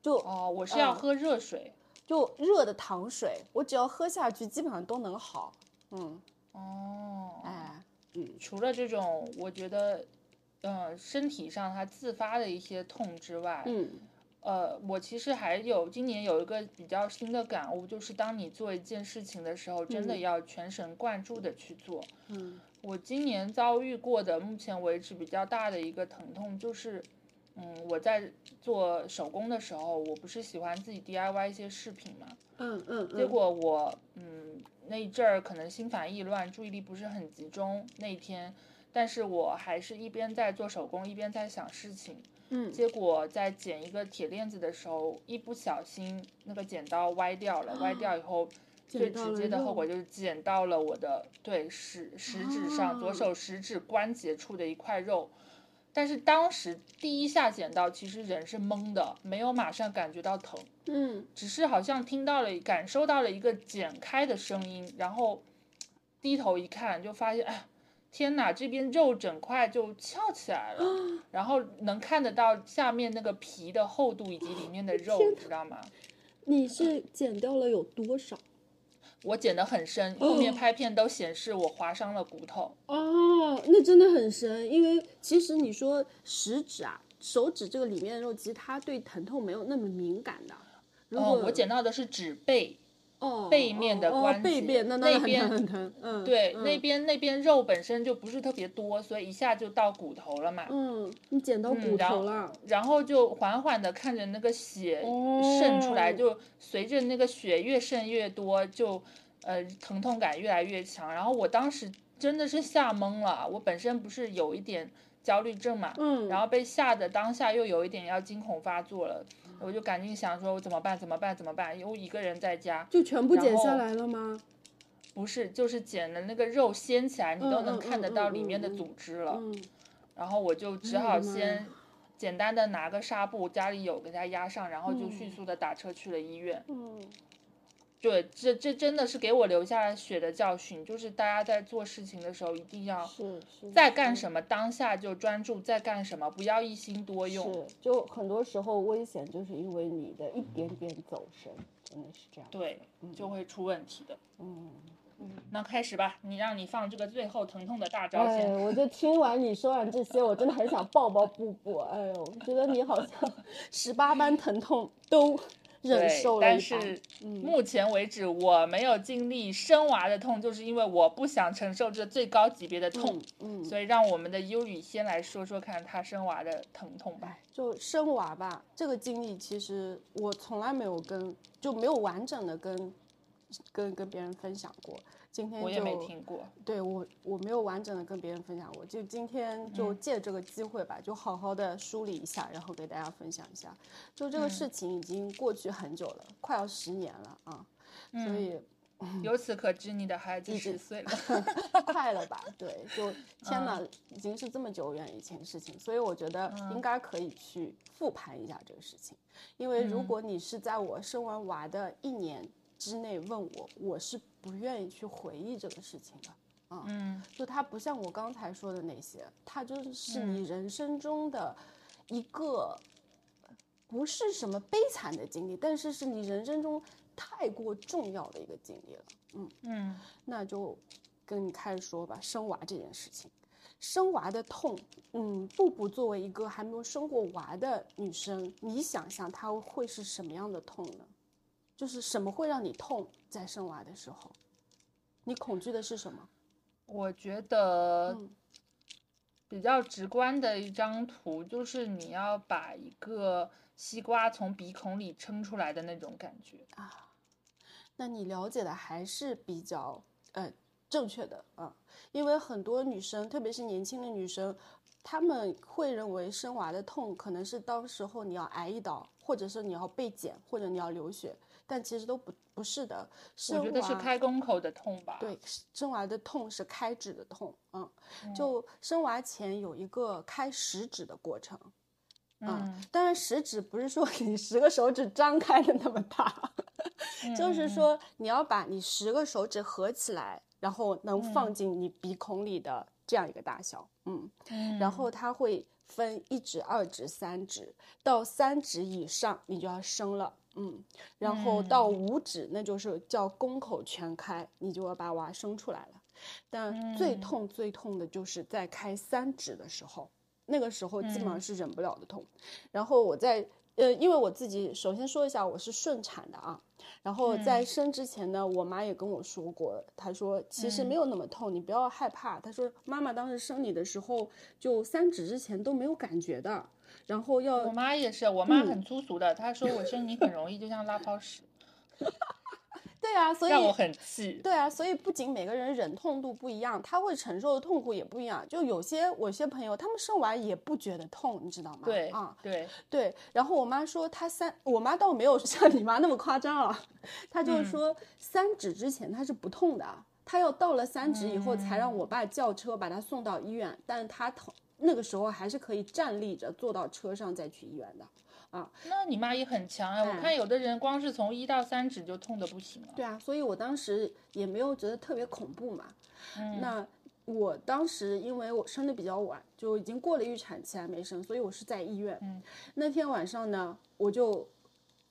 就哦，我是要喝热水，就热的糖水，我只要喝下去，基本上都能好。嗯哦，哎，除了这种，我觉得，呃，身体上它自发的一些痛之外，嗯，呃，我其实还有今年有一个比较新的感悟，就是当你做一件事情的时候，真的要全神贯注的去做。嗯，我今年遭遇过的目前为止比较大的一个疼痛就是。嗯，我在做手工的时候，我不是喜欢自己 DIY 一些饰品嘛，嗯嗯嗯。结果我嗯那一阵儿可能心烦意乱，注意力不是很集中那一天，但是我还是一边在做手工，一边在想事情。嗯结果在剪一个铁链子的时候，一不小心那个剪刀歪掉了，歪 [GASPS] 掉以后。最到直了接的后肉果就是剪到了我的对食食指上、左啊手食指关节处的一块肉，但是当时第一下剪到，其实人是懵的，没有马上感觉到疼。嗯只是好像听到了、感受到了一个剪开的声音，然后低头一看，就发现，哎，天哪，这边肉整块就翘起来了，啊然后能看得到下面那个皮的厚度以及里哦面的肉，你知道吗？你是减掉了有多少？我剪得很深，后哦面拍片都显示我划伤了骨头。哦，那真的很深，因为其实你说食指啊，手指这个里面的肉，其实它对疼痛没有那么敏感的。如哦，果、我剪到的是指背，哦背面的哦哦关节背面那那那很边疼很疼，嗯，对，嗯那边那边肉本身就不是特别多，所以一下就到骨头了嘛。嗯，你剪到骨头了，然后就缓缓的看着那个血哦渗出来，就随着那个血越渗越多，就呃疼痛感越来越强。然后我当时真的是吓懵了，我本身不是有一点焦虑症嘛，嗯然后被吓得当下又有一点要惊恐发作了，我就赶紧想说我怎么办怎么办怎么办，因为我一个人在家，就全部剪然后下来了吗？不是就是剪了那个肉掀起来，你都嗯能嗯看得嗯到嗯里面的嗯组织了。嗯，然后我就只哎好我的妈先呀简单的拿个纱布，家里有给它压上，然后就迅速的打车去了医院。嗯对，这这真的是给我留下了血的教训，就是大家在做事情的时候一定要是嗯是在干什么当下就专注在干什么，不要一心多用。是，就很多时候危险就是因为你的一点点走神，真的是这样。对，就会出问题的。嗯，那开始吧，你让你放这个最后疼痛的大招哎，先。我就听完你说完这些，我真的很想抱抱布布。哎呦，我觉得你好 [LAUGHS] 像十八般疼痛都忍对受，了但一把嗯是目前为止我没有经历生娃的痛，就是因为我不想承受这最高级别的痛。嗯，所以让我们的优里先来说说看她生娃的疼痛吧。哎就生娃吧，这个经历其实我从来没有跟就没有完整的跟跟跟别人分享过。今天我也没嗯就听过，对我我没有完整的跟别人分享过，就今天就借这个机会吧，就好好的梳理一下，然后给大家分享一下。就这个事情已经过去很久了，快要十年了啊，所嗯以由此可知你的孩子一直十岁了。 [LAUGHS] 快了吧？对，就天哪，已经是这么久远以前的事情，所以我觉得应该可以去复盘一下这个事情，因为如果你是在我生完娃的一年之内问我，我是不愿意去回忆这个事情的。嗯就它不像我刚才说的那些，它就是你人生中的一个不是什么悲惨的经历，但是是你人生中太过重要的一个经历了。嗯，那就跟你开始说吧，生娃这件事情。生娃的痛，嗯，布布作为一个还没有生过娃的女生，你想象她会是什么样的痛呢？就是什么会让你痛在生娃的时候？呃你恐惧的是什么？我觉得比较直观的一张图，就是你要把一个西瓜从鼻孔里撑出来的那种感觉。那你了解的还是比较呃正确的啊，因为很多女生，特别是年轻的女生，她们会认为生娃的痛可能是当时候你要挨一刀，或者是你要被剪，或者你要流血，但其实都不不是的。生我娃觉得是开宫口的痛吧。，对，是生娃的痛是开指的痛，嗯，就生娃前有一个开食指的过程，嗯，当然食指不是说 [LAUGHS] 你十个手指张开的那么大，嗯就是说你要把你十个手指合起来，然后能放进你鼻孔里的这样一个大小，嗯，然后它会分一指、二指、三指，到三指以上你就要生了，嗯，然后到五指那就是叫宫口全开，你就要把娃生出来了。但最痛最痛的就是在开三指的时候，那个时候基本上是忍不了的痛。然后我在呃，因为我自己首先说一下，我是顺产的啊。然后在生之前呢，我妈也跟我说过，她说其实嗯没有那么痛，你不要害怕。她说妈妈当时生你的时候，就三指之前都没有感觉的，然后要我妈也是，我妈嗯很粗俗的，她说我生你很容易，就像拉泡屎，对啊，所以让我很气。对啊，所以不仅每个人忍痛度不一样，他会承受的痛苦也不一样。就有些我有些朋友，他们生完也不觉得痛，你知道吗？对啊，对，对。然后我妈说，她三，我妈倒没有像你妈那么夸张啊，她就是说三指之前她是不痛的，她要到了三指以后才让我爸叫车把她送到医院，但她疼。那个时候还是可以站立着坐到车上再去医院的，那你妈也很强嗯哎，我看有的人光是从一到三指就痛的不行了。对啊，所以我当时也没有觉得特别恐怖嘛。那我当时因为我生的比较晚，就已经过了预产期还没生，所以我是在医院。那天晚上呢，我就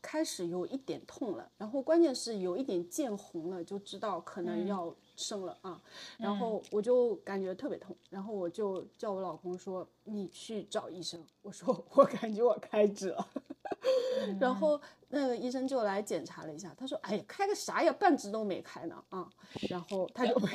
开始有一点痛了，然后关键是有一点见红了，就知道可能要生了啊。然后我就感觉特别痛，然后我就叫我老公说：“你去找医生。”我说：“我感觉我开指了。” [LAUGHS] 然后那个医生就来检查了一下，他说：“哎呀，开个啥呀，半指都没开呢啊！”然后他就没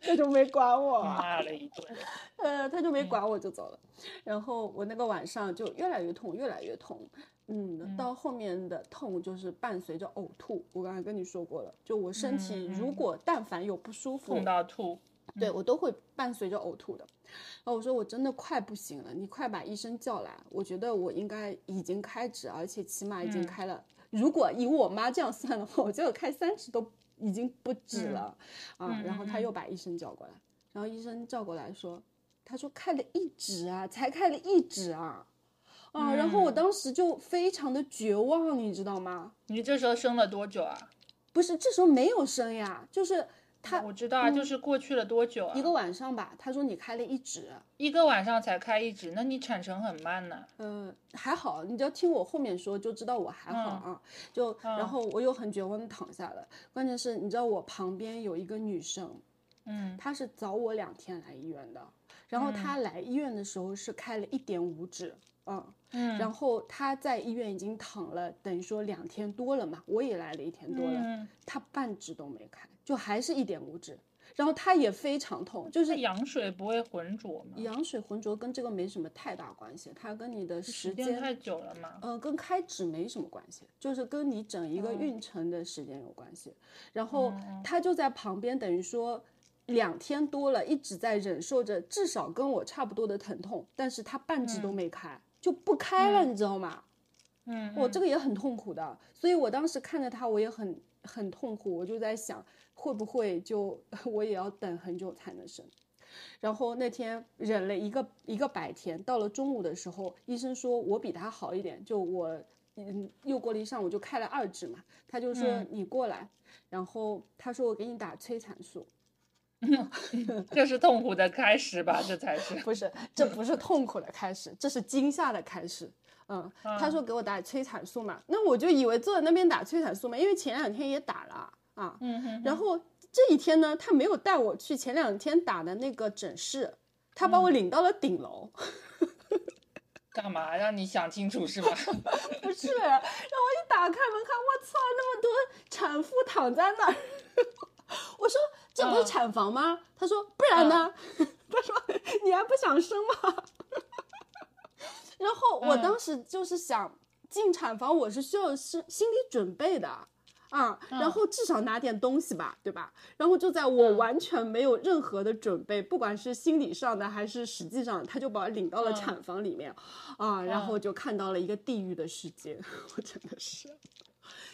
他就没管我。啊骂了一顿，呃，他就没管我就走了。然后我那个晚上就越来越痛，越来越痛。嗯，到后面的痛就是伴随着呕吐。我刚才跟你说过了，就我身体如果但凡有不舒服，痛到吐。对我都会伴随着呕吐的。然后我说我真的快不行了，你快把医生叫来。我觉得我应该已经开指，而且起码已经开了。如果以我妈这样算的话，我觉得我开三指都已经不止了、啊。然后他又把医生叫过来，然后医生叫过来说，他说开了一指啊，才开了一指啊。啊，然后我当时就非常的绝望，你知道吗？你这时候生了多久啊？不是，这时候没有生呀，就是他我知道啊，就是过去了多久啊？嗯一个晚上吧，他说你开了一指，一个晚上才开一指，那你产程很慢呢。嗯，还好，你只要听我后面说就知道我还好嗯啊。就、然后我又很绝望的躺下了，关键是你知道我旁边有一个女生，嗯，她是早我两天来医院的，然后她来医院的时候是开了一点五指，嗯嗯，然后她在医院已经躺了，等于说两天多了嘛，我也来了一天多了，嗯她半指都没开，就还是一点五指，然后她也非常痛，就是那羊水不会浑浊吗？羊水浑浊跟这个没什么太大关系，它跟你的时时间间太久了嘛。呃，跟开指没什么关系，就是跟你整一个运程的时间有关系。然后他就在旁边，等于说两天多了，一直在忍受着至少跟我差不多的疼痛，但是他半指都没开，就不开了，你知道吗？嗯，我、这个也很痛苦的，所以我当时看着他，我也很很痛苦，我就在想，会不会就 [LAUGHS] 我也要等很久才能生。然后那天忍了一个一个白天，到了中午的时候，医生说我比他好一点，就我嗯又过了一上午就开了二指嘛，他就说你过来，然后他说我给你打催产素，这是痛苦的开始吧？这才 [LAUGHS] 是。不是，这不是痛苦的开始，这是惊吓的开始。嗯，啊他说给我打催产素嘛，那我就以为坐在那边打催产素嘛，因为前两天也打了啊。嗯然后这一天呢，他没有带我去前两天打的那个诊室，他把我领到了顶楼。干嘛让你想清楚是吧？不是，然后我一打开门看，我操，那么多产妇 [LAUGHS] 躺在那儿。我说这不是产房吗？他说不然呢？ [LAUGHS] 他说你还不想生吗？ [LAUGHS] 然后我当时就是想，进产房我是需要是心理准备的。啊，然后至少拿点东西吧，对吧？然后就在我完全没有任何的准备，不管是心理上的还是实际上的，他就把我领到了产房里面，啊，然后就看到了一个地狱的世界，我真的是，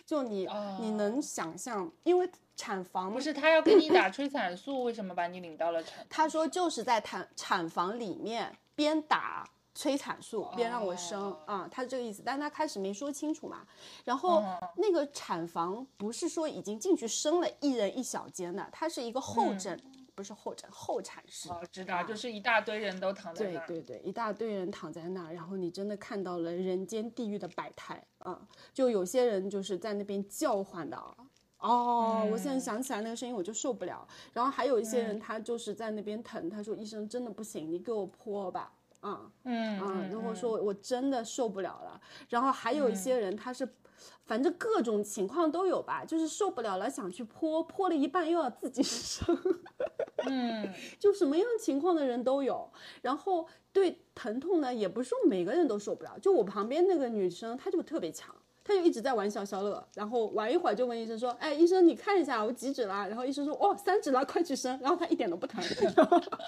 就你你能想象，因为产房不是他要给你打催产素，为什么把你领到了产？他说就是在产产房里面边打催产素边让我生啊、他是这个意思，但他开始没说清楚嘛。然后那个产房不是说已经进去生了一人一小间的，它是一个后诊，不是后诊，后产室。哦，知道，就是一大堆人都躺在啊对那儿。对对，一大堆人躺在那儿，然后你真的看到了人间地狱的百态啊、就有些人就是在那边叫唤的啊。哦，我嗯现在想起来那个声音我就受不了。然后还有一些人他就是在那边疼，他说医生真的不行，你给我泼吧，啊、嗯啊，嗯然后说我我真的受不了了。然后还有一些人他是，反正各种情况都有吧，就是受不了了想去泼，泼了一半又要自己 [LAUGHS] 生，嗯，就什么样情况的人都有。然后对疼痛呢，也不是说每个人都受不了。就我旁边那个女生，她就特别强。她就一直在玩消消乐，然后玩一会儿就问医生说：“哎，医生你看一下，我几指了？”然后医生说：“哦，三指了，快去生。”然后她一点都不疼，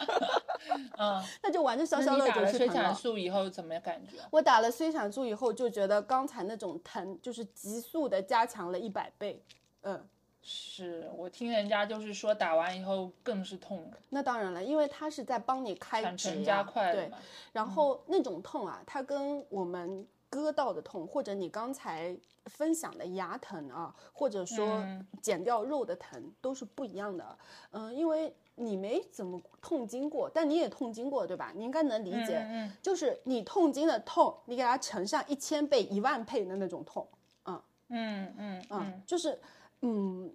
[LAUGHS] 嗯，她就玩着消那消你乐打就了去催疼了产。素以后怎么感觉？我打了催产素以后，就觉得刚才那种疼就是急速的加强了一百倍。嗯，是我听人家就是说打完以后更是痛，那当然了，因为它是在帮你开产指程呀加快了对嘛，。嗯然后那种痛啊，它跟我们割到的痛，或者你刚才分享的牙疼啊，或者说嗯剪掉肉的疼，都是不一样的。嗯、因为你没怎么痛经过，但你也痛经过，对吧？你应该能理解，嗯嗯嗯就是你痛经的痛，你给它乘上一千倍、一万倍的那种痛。嗯嗯嗯嗯，，就是，嗯，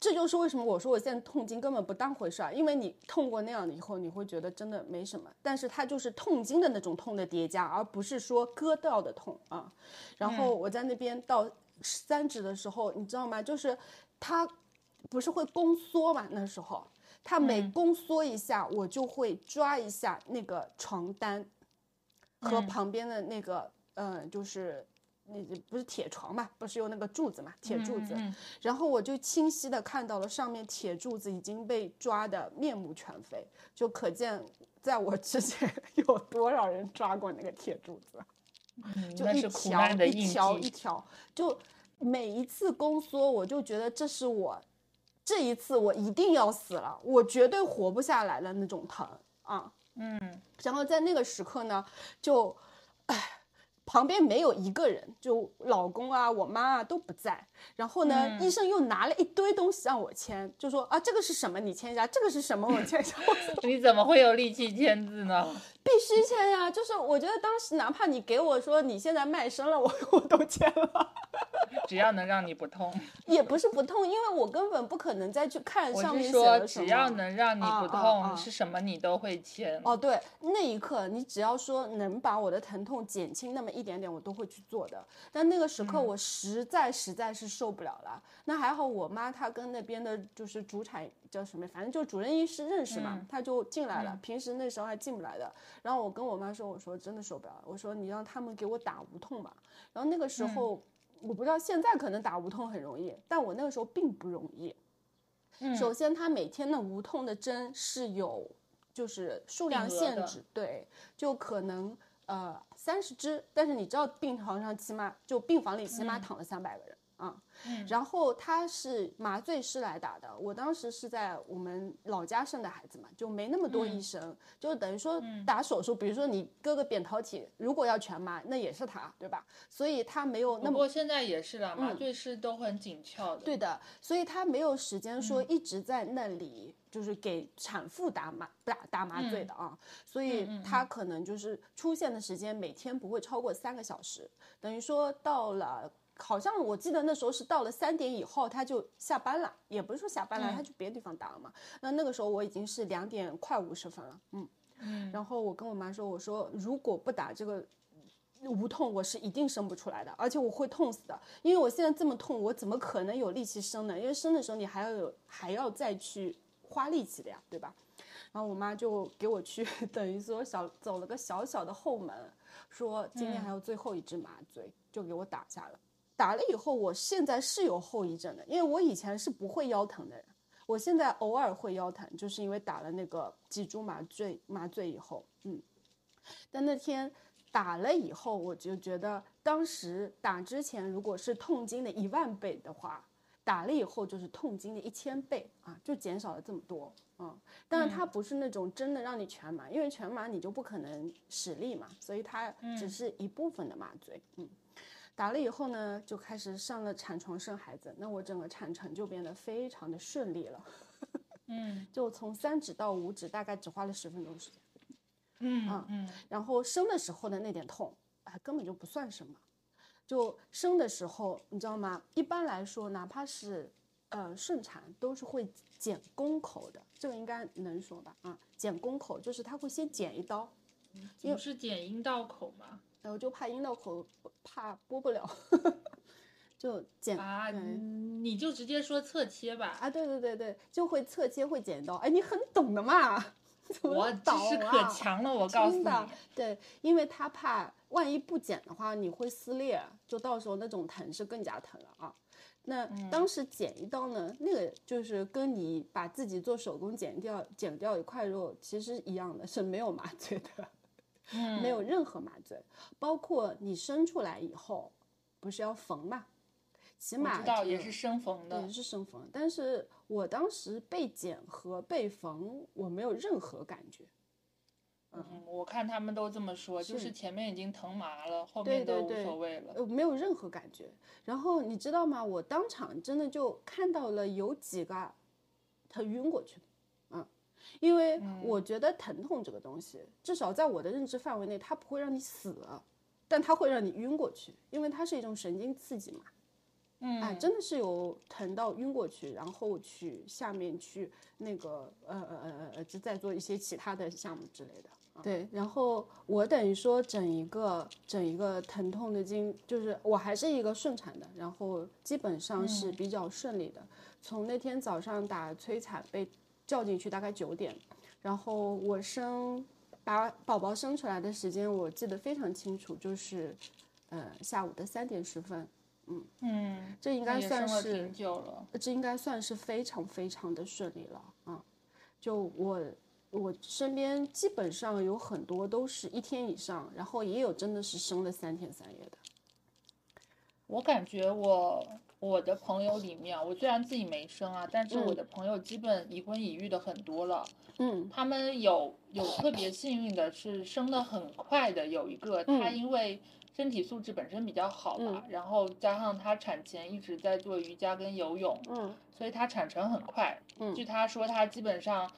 这就是为什么我说我现在痛经根本不当回事儿，因为你痛过那样的以后，你会觉得真的没什么，但是它就是痛经的那种痛的叠加，而不是说割到的痛啊。然后我在那边到三指的时候，你知道吗？就是它不是会宫缩嘛，那时候它每宫缩一下，我就会抓一下那个床单和旁边的那个，呃，就是那不是铁床嘛，不是有那个柱子嘛，嗯铁柱子，然后我就清晰的看到了上面铁柱子已经被抓的面目全非，就可见在我之前 [LAUGHS] 有多少人抓过那个铁柱子。嗯就那一是苦条难的一印条一记。条，就每一次宫缩，我就觉得这是我这一次我一定要死了，我绝对活不下来的那种疼啊。嗯，然后在那个时刻呢，就，唉，旁边没有一个人，就老公啊、我妈啊都不在。然后呢，嗯医生又拿了一堆东西让我签，就说啊，这个是什么？你签一下。这个是什么？我签一下。 [LAUGHS] 我你怎么会有力气签字 [LAUGHS] 呢？必须签呀！就是我觉得当时哪怕你给我说你现在卖身了，我 [LAUGHS] 我都签了。只要能让你不痛，也不是不痛，因为我根本不可能再去看我上面是写说了什么。只要能让你啊不啊啊痛，是什么你都会签。哦，对，那一刻你只要说能把我的疼痛减轻那么一点点，我都会去做的。但那个时嗯刻我实在实在是受不了了。那还好，我妈她跟那边的就是主产叫什么，反正就主任医师认识嗯嘛，她就进来了。平时那时候还进不来的。然后我跟我妈说，我说真的受不了了，我说你让他们给我打无痛吧。然后那个时嗯候。我不知道现在可能打无痛很容易，但我那个时候并不容易。嗯首先，它每天的无痛的针是有就是数量定额限的制，对，就可能呃三十支，但是你知道病床上起码就病房里起嗯码躺了三百个人。啊，然后他是麻醉师来打的，我当时是在我们老家生的孩子嘛，就没那么多嗯医生，就等于说打手术，比如说你割个扁桃体，如果要全麻，那也是他，对吧？所以他没有那不么嗯过现在也是啦，麻醉师都很紧俏的。对的，所以他没有时间说一直在那里，就是给产妇打麻打打麻醉的啊，所以他可能就是出现的时间每天不会超过三个小时，等于说到了。好像我记得那时候是到了三点以后，他就下班了，也不是说下班了，他去别的地方打了嘛。那那个时候我已经是两点快五十分了，嗯，然后我跟我妈说，我说如果不打这个无痛我是一定生不出来的，而且我会痛死的，因为我现在这么痛，我怎么可能有力气生呢？因为生的时候你还要有，还要再去花力气的呀，对吧？然后我妈就给我去， [LAUGHS] 等于说小走了个小小的后门，说今天还有最后一支麻醉，就给我打下了。打了以后，我现在是有后遗症的，因为我以前是不会腰疼的人，我现在偶尔会腰疼，就是因为打了那个脊柱麻醉麻醉以后，嗯，但那天打了以后，我就觉得当时打之前如果是痛经的一万倍的话，打了以后就是痛经的一千倍啊，就减少了这么多。嗯，但是它不是那种真的让你全麻，因为全麻你就不可能使力嘛，所以它只是一部分的麻醉。嗯，打了以后呢，就开始上了产床生孩子，那我整个产程就变得非常的顺利了。嗯，就从三指到五指，大概只花了十分钟时间。嗯嗯，然后生的时候的那点痛，哎，根本就不算什么。就生的时候，你知道吗？一般来说，哪怕是呃顺产，都是会剪宫口的，这个应该能说吧？啊，剪宫口就是他会先剪一刀，不是剪阴道口吗？然后就怕阴道口怕播不了， [LAUGHS] 就剪啊，对你就直接说侧切吧。啊，对对对对，就会侧切会剪刀。哎，你很懂的嘛， [LAUGHS] 怎么我懂知识啊可强了，我告诉真你。的，对，因为他怕万一不剪的话，你会撕裂，就到时候那种疼是更加疼了啊。那嗯当时剪一刀呢，那个就是跟你把自己做手工剪掉剪掉一块肉其实一样的，是没有麻醉的，嗯没有任何麻醉，包括你生出来以后，不是要缝嘛，起我码知道这也个是生缝的也，是生缝，但是我当时被剪和被缝，我没有任何感觉。嗯，我看他们都这么说，就是是前面已经疼麻了，后对面都对无对所谓了。呃，没有任何感觉。然后你知道吗？我当场真的就看到了有几个他晕过去，嗯，因为我觉得疼痛这个东西，至少在我的认知范围内，它不会让你死，但它会让你晕过去，因为它是一种神经刺激嘛。嗯，哎，真的是有疼到晕过去，然后去下面去那个呃呃呃呃呃，就再做一些其他的项目之类的。啊对，然后我等于说整一个整一个疼痛的经，就是我还是一个顺产的，然后基本上是比较顺利的。从那天早上打催产被叫进去，大概九点，然后我生把宝宝生出来的时间我记得非常清楚，就是呃下午的三点十分。嗯，这应应该算了是挺久了。这应该算是非常非常的顺利了啊！就我我身边基本上有很多都是一天以上，然后也有真的是生了三天三夜的。我感觉我我的朋友里面，啊我虽然自己没生啊，但是我的朋友基本已婚已育的很多了。嗯他们有有特别幸运的是生的很快的，有一个她嗯因为身体素质本身比较好吧，然后加上她产前一直在做瑜伽跟游泳，嗯所以她产程很快。嗯据她说，她基本上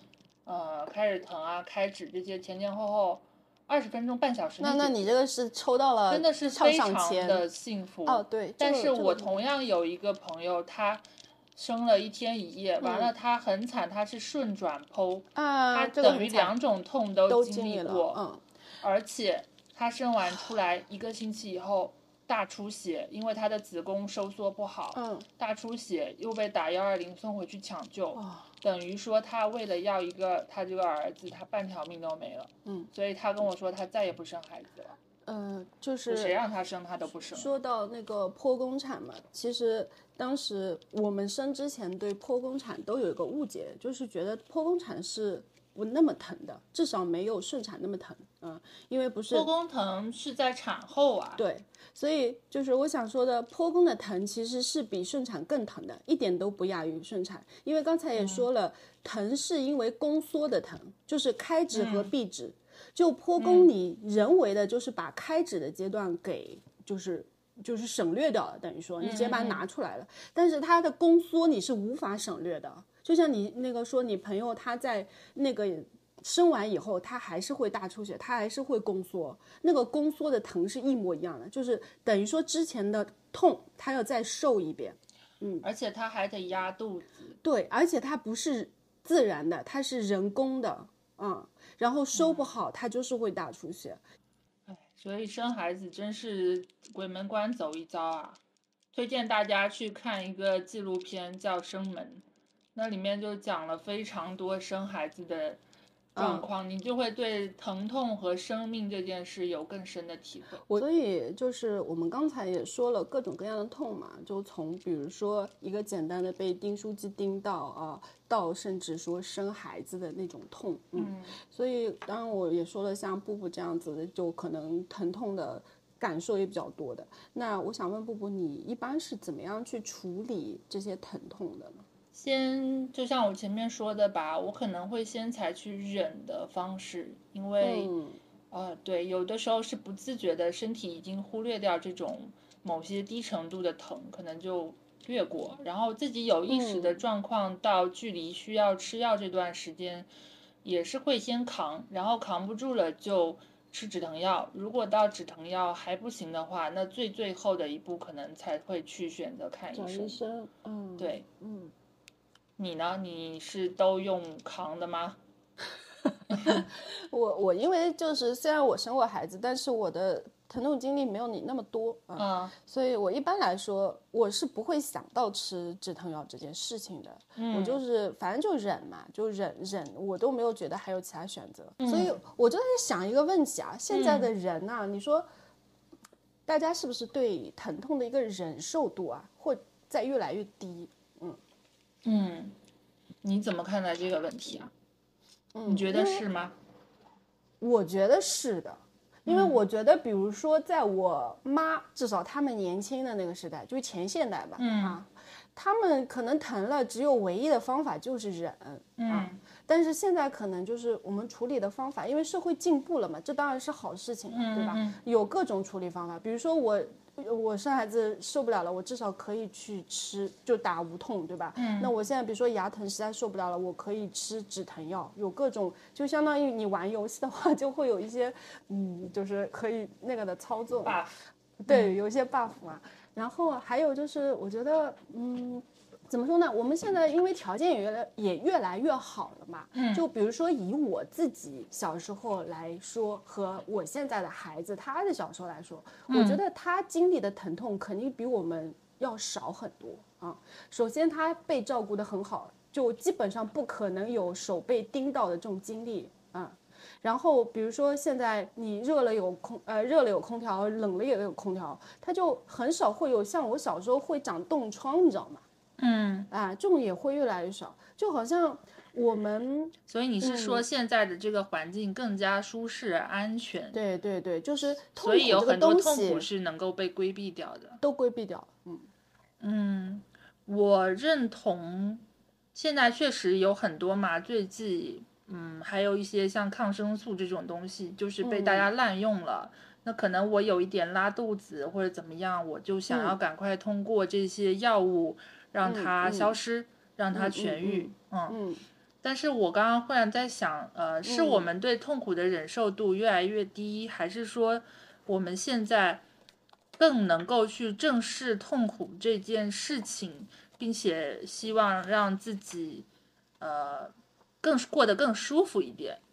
呃开始疼啊、开指这些前前后后二十分钟、半小时那内那解你这个是抽到了，真的是跳非上常前的幸福哦，对。但这是个这个我是同样有一个朋友，她生了一天一夜，嗯完了她很惨，她是顺转剖，啊，她这个等于很惨两种痛都都经历了，过，嗯，而且她生完出来一个星期以后大出血，因为她的子宫收缩不好，嗯大出血又被打幺二零送回去抢救哇，等于说她为了要一个她这个儿子，她半条命都没了，嗯，所以她跟我说她再也不生孩子了，呃，就就是谁啊让她生她都不生，说到那个剖宫产嘛，其实当时我们生之前对剖宫产都有一个误解，就是觉得剖宫产是不那么疼的，至少没有顺产那么疼。嗯，因为不是剖宫疼是在产后啊，对，所以就是我想说的，剖宫的疼其实是比顺产更疼的，一点都不亚于顺产。因为刚嗯才也说了，疼是因为宫缩的疼，就是开指和嗯闭指。就剖宫，你人为的就是把开指的阶段给就是就是省略掉了，等于说你直接把它拿出来了。但是它的宫缩你是无法省略的，就像你那个说你朋友他在那个。生完以后，他还是会大出血，他还是会宫缩，那个宫缩的疼是一模一样的，就是等于说之前的痛，他要再受一遍。而且她还得压肚子，对，而且它不是自然的，它是人工的，嗯，然后收不好，它就是会大出血。所以生孩子真是鬼门关走一遭啊！推荐大家去看一个纪录片叫《生门》，那里面就讲了非常多生孩子的状况，你就会对疼痛和生命这件事有更深的体会。我所以就是我们刚才也说了各种各样的痛嘛，就从比如说一个简单的被钉书机钉到啊，到甚至说生孩子的那种痛，嗯，嗯所以当然我也说了，像布布这样子的，就可能疼痛的感受也比较多的。那我想问布布，你一般是怎么样去处理这些疼痛的呢？先就像我前面说的吧，我可能会先采取忍的方式，因为、嗯呃，对，有的时候是不自觉的，身体已经忽略掉这种某些低程度的疼，可能就越过，然后自己有意识的嗯状况到距离需要吃药这段时间，也是会先扛，然后扛不住了就吃止疼药。如果到止疼药还不行的话，那最最后的一步可能才会去选择哎看医生。生，嗯，对嗯，你呢？你是都用扛的吗？我我因为就是虽然我生过孩子，但是我的疼痛经历没有你那么多啊。啊，所以我一般来说我是不会想到吃止疼药这件事情的，嗯我就是反正就忍嘛，就忍忍，我都没有觉得还有其他选择，所嗯以我就在想一个问题啊，现在的人呐、你说大家是不是对疼痛的一个忍受度啊，会在越来越低？嗯，你怎么看待这个问题啊？嗯你觉得因为是吗？我觉得是的，嗯因为我觉得，比如说，在我妈至少他们年轻的那个时代，就是前现代吧，嗯啊，他们可能疼了，只有唯一的方法就是忍，啊嗯，但是现在可能就是我们处理的方法，因为社会进步了嘛，这当然是好事情，对吧？嗯有各种处理方法，比如说我。我生孩子受不了了，我至少可以去吃，就打无痛，对吧？嗯。那我现在比如说牙疼，实在受不了了，我可以吃止疼药，有各种，就相当于你玩游戏的话，就会有一些，嗯，就是可以那个的操作嘛。爸，对，有一些 buff 嘛。然后还有就是，我觉得，嗯，怎么说呢？我们现在因为条件也越来也越来越好了嘛。嗯。就比如说以我自己小时候来说，和我现在的孩子他的小时候来说，我觉得他经历的疼痛肯定比我们要少很多啊。首先，他被照顾得很好，就基本上不可能有手被叮到的这种经历啊。然后比如说现在你热了有空，呃，热了有空调，冷了也有空调，它就很少会有像我小时候会长冻疮，你知道吗？嗯，啊，这种也会越来越少，就好像我们所以你是嗯说现在的这个环境更加舒适、安全，对对对，就是痛所苦以有这个很多东痛苦西是能够被规避掉的。都规避掉了，嗯嗯，我认同，现在确实有很多麻醉剂，嗯，还有一些像抗生素这种东西，就是被大嗯家滥用了。那可能我有一点拉肚子或者怎么样，我就想要嗯赶快通过这些药物让嗯它嗯消失，让它嗯痊嗯愈。嗯嗯但是我刚刚忽然在想，呃，是我嗯们对痛苦的忍受度越来越低，还是说我们现在更能够去正视痛苦这件事情，并且希望让自己呃更过得更舒服一点？嗯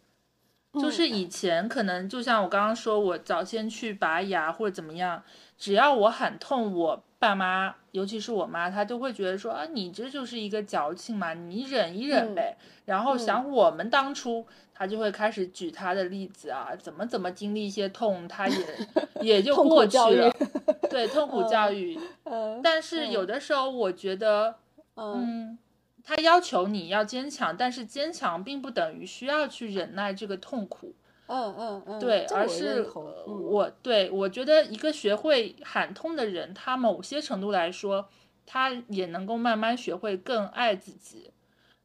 就是以前可能就像我刚刚说，我早先去拔牙或者怎么样，只要我喊痛，我爸妈，尤其是我妈，她就会觉得说啊，你这就是一个矫情嘛，你忍一忍嗯呗。然后想我们当初，她就会开始举她的例子啊，怎么怎么经历一些痛，她 [LAUGHS] 也也就痛苦过去教育 [LAUGHS] 了。对，痛苦教育。呃但是有的时候，我觉得，嗯嗯，他要求你要坚强，但是坚强并不等于需要去忍耐这个痛苦。嗯嗯嗯，对，这而我是认同呃嗯我对我觉得一个学会喊痛的人，他某些程度来说，他也能够慢慢学会更爱自己。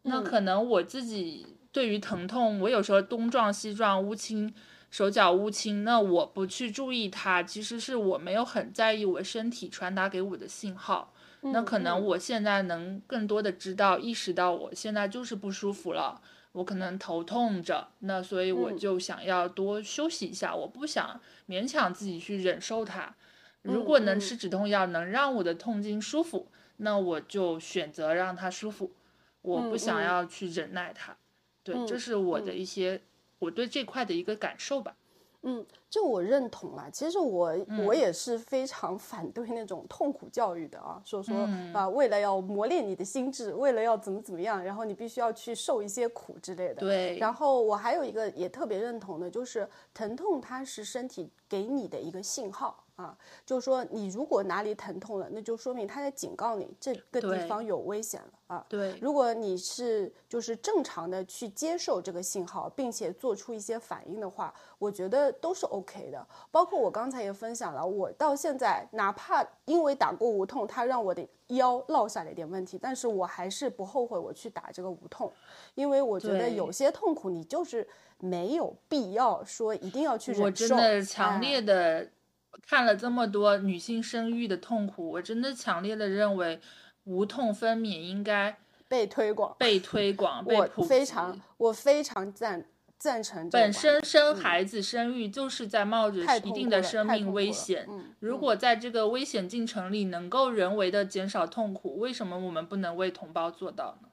那嗯可能我自己对于疼痛，我有时候东撞西撞，乌青。手脚乌青，那我不去注意它，其实是我没有很在意我身体传达给我的信号。那嗯可能嗯我现在能更多的知道、意识到我现在就是不舒服了，我可能头痛着，那所以我嗯就想要多休息一下，我不想勉强自己去忍受它。如果能嗯吃止痛药能让我的痛经舒服，那我就选择让它舒服，我不嗯想嗯要去忍耐它。对，这嗯是我的嗯一些我对这块的一个感受吧。嗯，这我认同啦。其实我、嗯我也是非常 [LAUGHS] 反对那种痛苦教育的啊，说说、嗯啊，为了要磨练你的心智，为了要怎么怎么样，然后你必须要去受一些苦之类的。对然后我还有一个也特别认同的，就是疼痛它是身体给你的一个信号啊，就是说你如果哪里疼痛了，那就说明它在警告你这个对地方有危险了啊。对如果你是就是正常的去接受这个信号，并且做出一些反应的话，我觉得都是 OK 的。包括我刚才也分享了，我到现在哪怕因为打过无痛，它让我的腰落下了一点问题，但是我还是不后悔我去打这个无痛，因为我觉得对有些痛苦你就是没有必要说一定要去忍受。我真的强哎烈的看了这么多女性生育的痛苦，我真的强烈的认为无痛分娩应该被推广，被推广、被我普及。非常我非常赞赞成这个本观点身生孩子、生育就是在冒着太一痛定苦的了生太命痛危苦了险。嗯如嗯果在这个危险进程里能够人为的减少痛苦，为什么我们不能为同胞做到呢？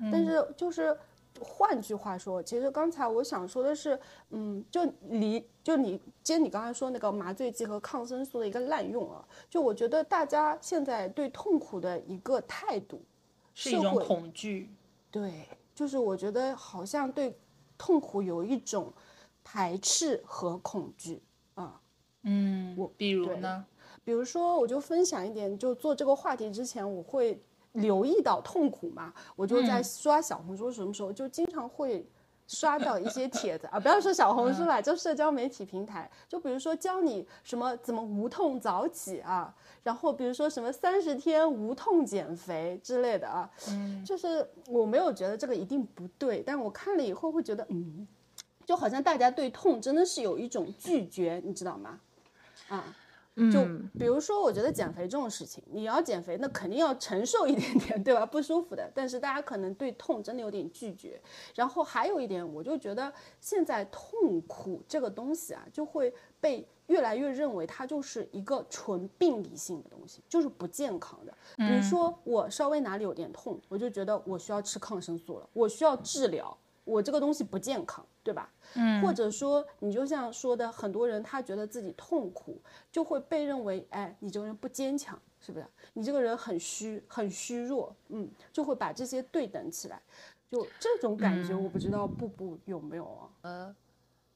嗯但是就是换句话说，其实刚才我想说的是，嗯，就离就你接你刚才说那个麻醉剂和抗生素的一个滥用啊，就我觉得大家现在对痛苦的一个态度是是一种会恐惧。对，就是我觉得好像对痛苦有一种排斥和恐惧啊。嗯，我比如对呢？比如说，我就分享一点，就做这个话题之前，我会留意到痛苦嘛，我就在嗯刷小红书，什么时候就经常会刷到一些帖子 [LAUGHS] 啊，不要说小红书啦，就社交媒体平台，就比如说教你什么怎么无痛早起啊，然后比如说什么三十天无痛减肥之类的啊，就是我没有觉得这个一定不对，但我看了以后会觉得，嗯，就好像大家对痛真的是有一种拒绝，你知道吗？啊，就嗯，比如说，我觉得减肥这种事情，你要减肥，那肯定要承受一点点，对吧？不舒服的。但是大家可能对痛真的有点拒绝。然后还有一点，我就觉得现在痛苦这个东西啊，就会被越来越认为它就是一个纯病理性的东西，就是不健康的。比如说，我稍微哪里有点痛，我就觉得我需要吃抗生素了，我需要治疗，我这个东西不健康，对吧？或者说，你就像说的，很多人他觉得自己痛苦，就会被认为，哎，你这个人不坚强，是不是？你这个人很虚，很虚弱，嗯，就会把这些对等起来，就这种感嗯觉，我不知道布布有没有啊？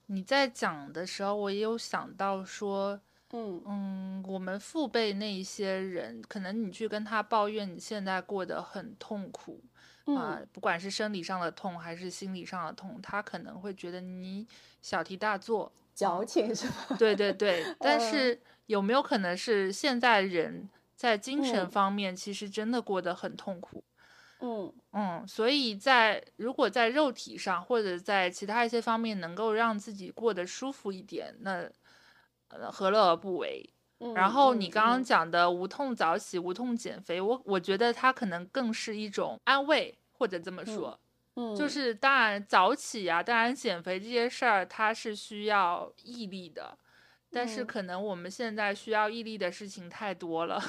你在讲的时候，我也有想到说，嗯嗯，我们父辈那一些人，可能你去跟他抱怨你现在过得很痛苦啊、嗯不管是生理上的痛还是心理上的痛，他可能会觉得你小题大做。矫情是吧？ [LAUGHS] 对对对，但嗯是有没有可能是现在人在精神嗯方面其实真的过得很痛苦？嗯嗯，所以在如果在肉体上或者在其他一些方面能够让自己过得舒服一点，那呃何乐而不为？嗯。然后你嗯刚刚嗯讲的无痛早起、无痛减肥，我我觉得它可能更是一种安慰，或者这么说，嗯就是当然早起啊，当然减肥这些事儿它是需要毅力的，但是嗯可能我们现在需要毅力的事情太多了，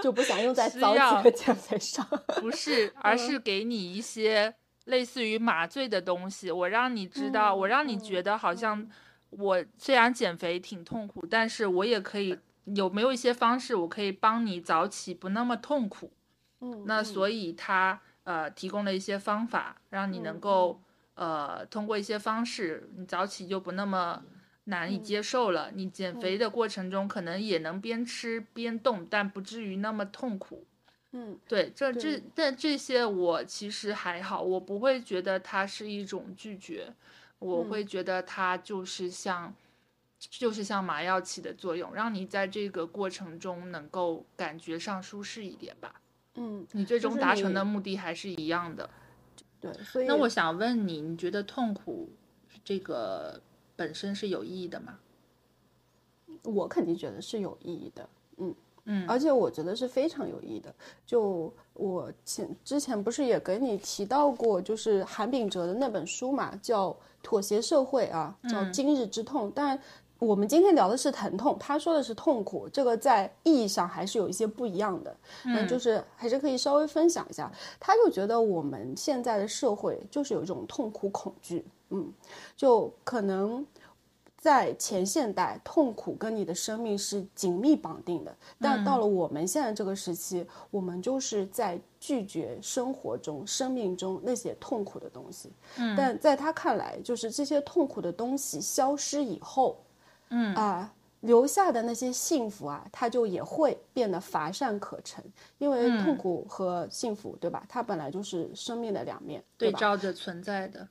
就不想用在需早要起和减肥上。不是，而嗯是给你一些类似于麻醉的东西，我让你知道，嗯我让你觉得好像我虽然减肥挺痛苦，但是我也可以有没有一些方式，我可以帮你早起不那么痛苦。嗯，那嗯嗯所以他呃提供了一些方法，让你能够呃通过一些方式，你早起就不那么难嗯以接受了。你减肥的过程中可能也能边吃边动，但不至于那么痛苦。嗯对，这这对但这些我其实还好，我不会觉得它是一种拒绝，我会觉得它就是像，就是像麻药起的作用，让你在这个过程中能够感觉上舒适一点吧。嗯，你最就终是达成你的目的还是一样的。对，所以那我想问你，你觉得痛苦这个本身是有意义的吗？我肯定觉得是有意义的。嗯，而且我觉得是非常有益的。就我前之前不是也给你提到过，就是韩炳哲的那本书嘛，叫《妥协社会》啊，叫《今日之痛》。但我们今天聊的是疼痛，他说的是痛苦，这个在意义上还是有一些不一样的。嗯，就是还是可以稍微分享一下。他就觉得我们现在的社会就是有一种痛苦恐惧，嗯，就可能在前现代，痛苦跟你的生命是紧密绑定的，但到了我们现在这个时期，我们就是在拒绝生活中、生命中那些痛苦的东西。嗯，但在他看来，就是这些痛苦的东西消失以后，嗯啊、留下的那些幸福啊，它就也会变得乏善可陈，因为痛苦和幸福，对吧？它本来就是生命的两面，对对吧？照着存在的，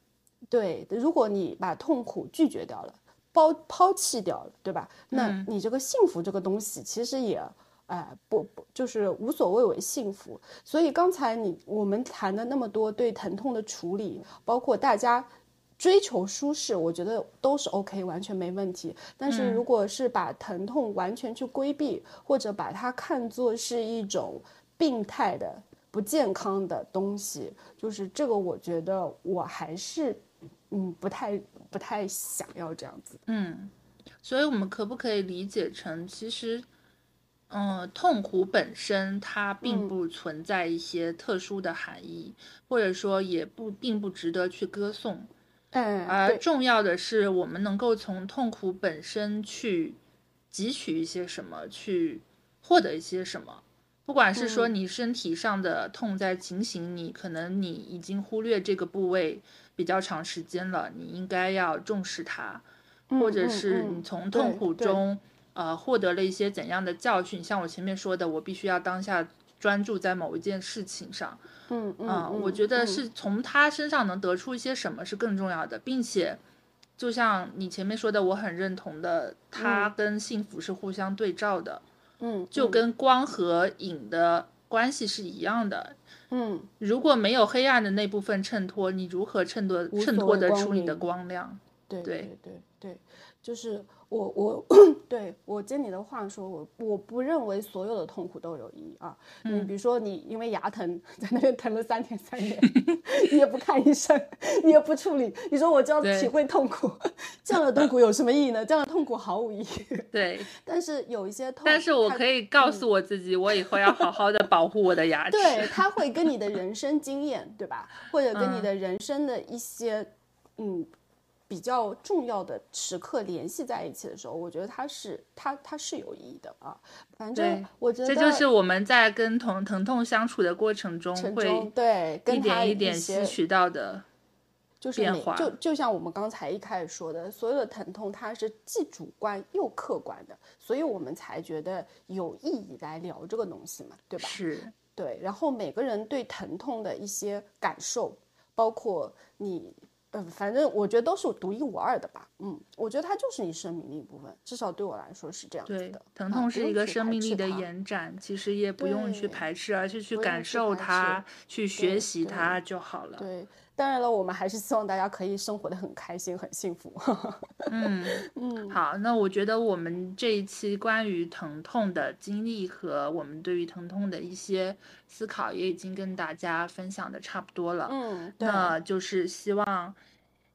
对，如果你把痛苦拒绝掉了，抛抛弃掉了，对吧？那你这个幸福这个东西，其实也，哎、不不，就是无所谓为幸福。所以刚才你我们谈的那么多对疼痛的处理，包括大家追求舒适，我觉得都是 OK，完全没问题。但是如果是把疼痛完全去规避，或者把它看作是一种病态的、不健康的东西，就是这个，我觉得我还是嗯不太不太想要这样子。嗯，所以我们可不可以理解成，其实，嗯、痛苦本身它并嗯不存在一些特殊的含义，或者说也不并不值得去歌颂，嗯，而对，重要的是我们能够从痛苦本身去汲取一些什么，去获得一些什么。不管是说嗯你身体上的痛在警醒你，可能你已经忽略这个部位比较长时间了，你应该要重视它。或者嗯是嗯你从对痛苦对中呃获得了一些怎样的教训？像我前面说的，我必须要当下专注在某一件事情上。嗯嗯啊嗯我觉得嗯是从他身上能得出一些什么是更重要的，并且就像你前面说的，我很认同的，它跟幸福是互相对照的，嗯就嗯跟光和影的关系是一样的。嗯如果没有黑暗的那部分衬托，你如何衬托无衬所托谓得光出你的明光亮？对对对对对，就是我我 [COUGHS] 对我接你的话说，我我不认为所有的痛苦都有意义啊。你嗯比如说你因为牙疼 [LAUGHS] 在那边疼了三天三夜， [LAUGHS] 你也不看医生，你也不处理，你说我就要对体会痛苦，这样的痛苦有什么意义呢？这样的痛苦毫无意义。对，但是有一些痛，但是我它可以告诉我自己，我以后要好好的保护我的牙齿。嗯对， [LAUGHS] 它会跟你的人生经验，对吧？或者跟你嗯的人生的一些，嗯，比较重要的时刻联系在一起的时候，我觉得它是它它是有意义的啊。反正对我觉得这就是我们在跟疼疼痛相处的过程中陈忠会对一跟他点一点些吸取到的。就是变每化就就像我们刚才一开始说的，所有的疼痛它是既主观又客观的，所以我们才觉得有意义来聊这个东西嘛，对吧？是，对，然后每个人对疼痛的一些感受，包括你，呃，反正我觉得都是独一无二的吧。嗯，我觉得它就是你生命的一部分，至少对我来说是这样子对的。，疼啊痛不是用一个去生排命斥力的它延展，其实也不用去对排斥，而是去不感用去受排斥它，去学对习对它就好了。对，当然了，我们还是希望大家可以生活的很开心、很幸福。 [LAUGHS] 嗯，好，那我觉得我们这一期关于疼痛的经历和我们对于疼痛的一些思考，也已经跟大家分享的差不多了。嗯，对，那就是希望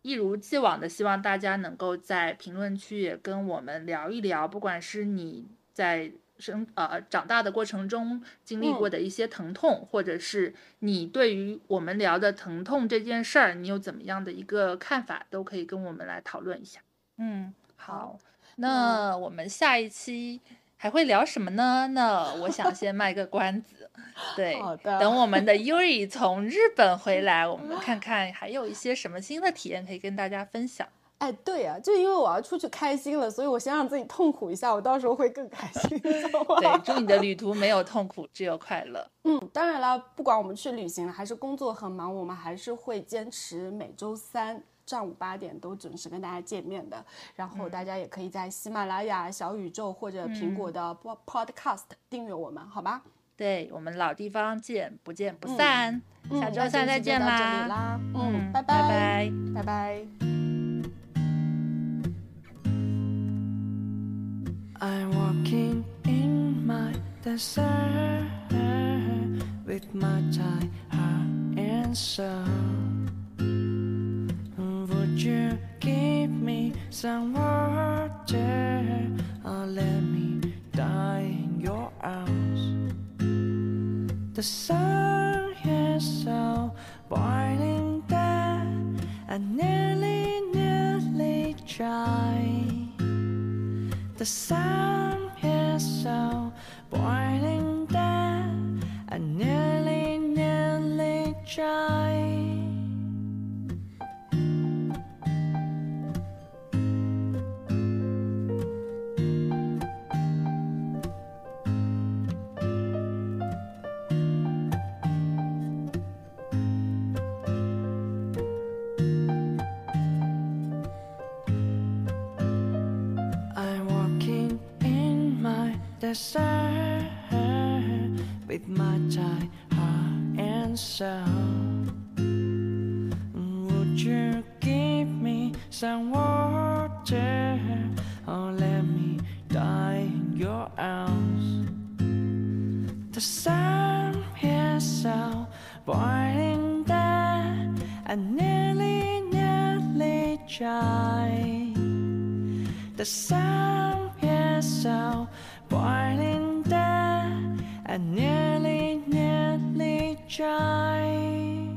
一如既往的，希望大家能够在评论区也跟我们聊一聊，不管是你在生呃长大的过程中经历过的一些疼痛，或者是你对于我们聊的疼痛这件事儿，你有怎么样的一个看法，都可以跟我们来讨论一下。嗯，好，那我们下一期。还会聊什么呢？那我想先卖个关 [LAUGHS] 子，对，好的等我们的 Yuri 从日本回来，我们看看还有一些什么新的体验可以跟大家分 [LAUGHS] 享。哎，对啊，就因为我要出去开心了，所以我先让自己痛苦一下，我到时候会更开心，你知道吗？ [LAUGHS] 对，祝你的旅途没有痛苦，只有快乐。嗯，当然啦，不管我们去旅行了还是工作很忙，我们还是会坚持每周三上午八点都准时跟大家见面的。然后大家也可以在喜马拉雅、小宇宙或者苹果的 pod- Podcast 订阅我们，好吧？对我们老地方见，不见不散。嗯下周三再见啦！嗯啦！那这期就到这里啦嗯，拜拜拜拜拜拜。 I'm walking in my desert with my tired heart and soul. Would you give me some water or let me die in your arms? The sun is so boiling that I nearly, nearly tried. The sun is so boiling that I nearly, nearly dry. I'm walking in my desert with my tired heart and soul. Would you give me some water or let me die in your arms? The sun is so boiling that I nearly, nearly dry. The sun is so boiling that I nearly, nearly dry.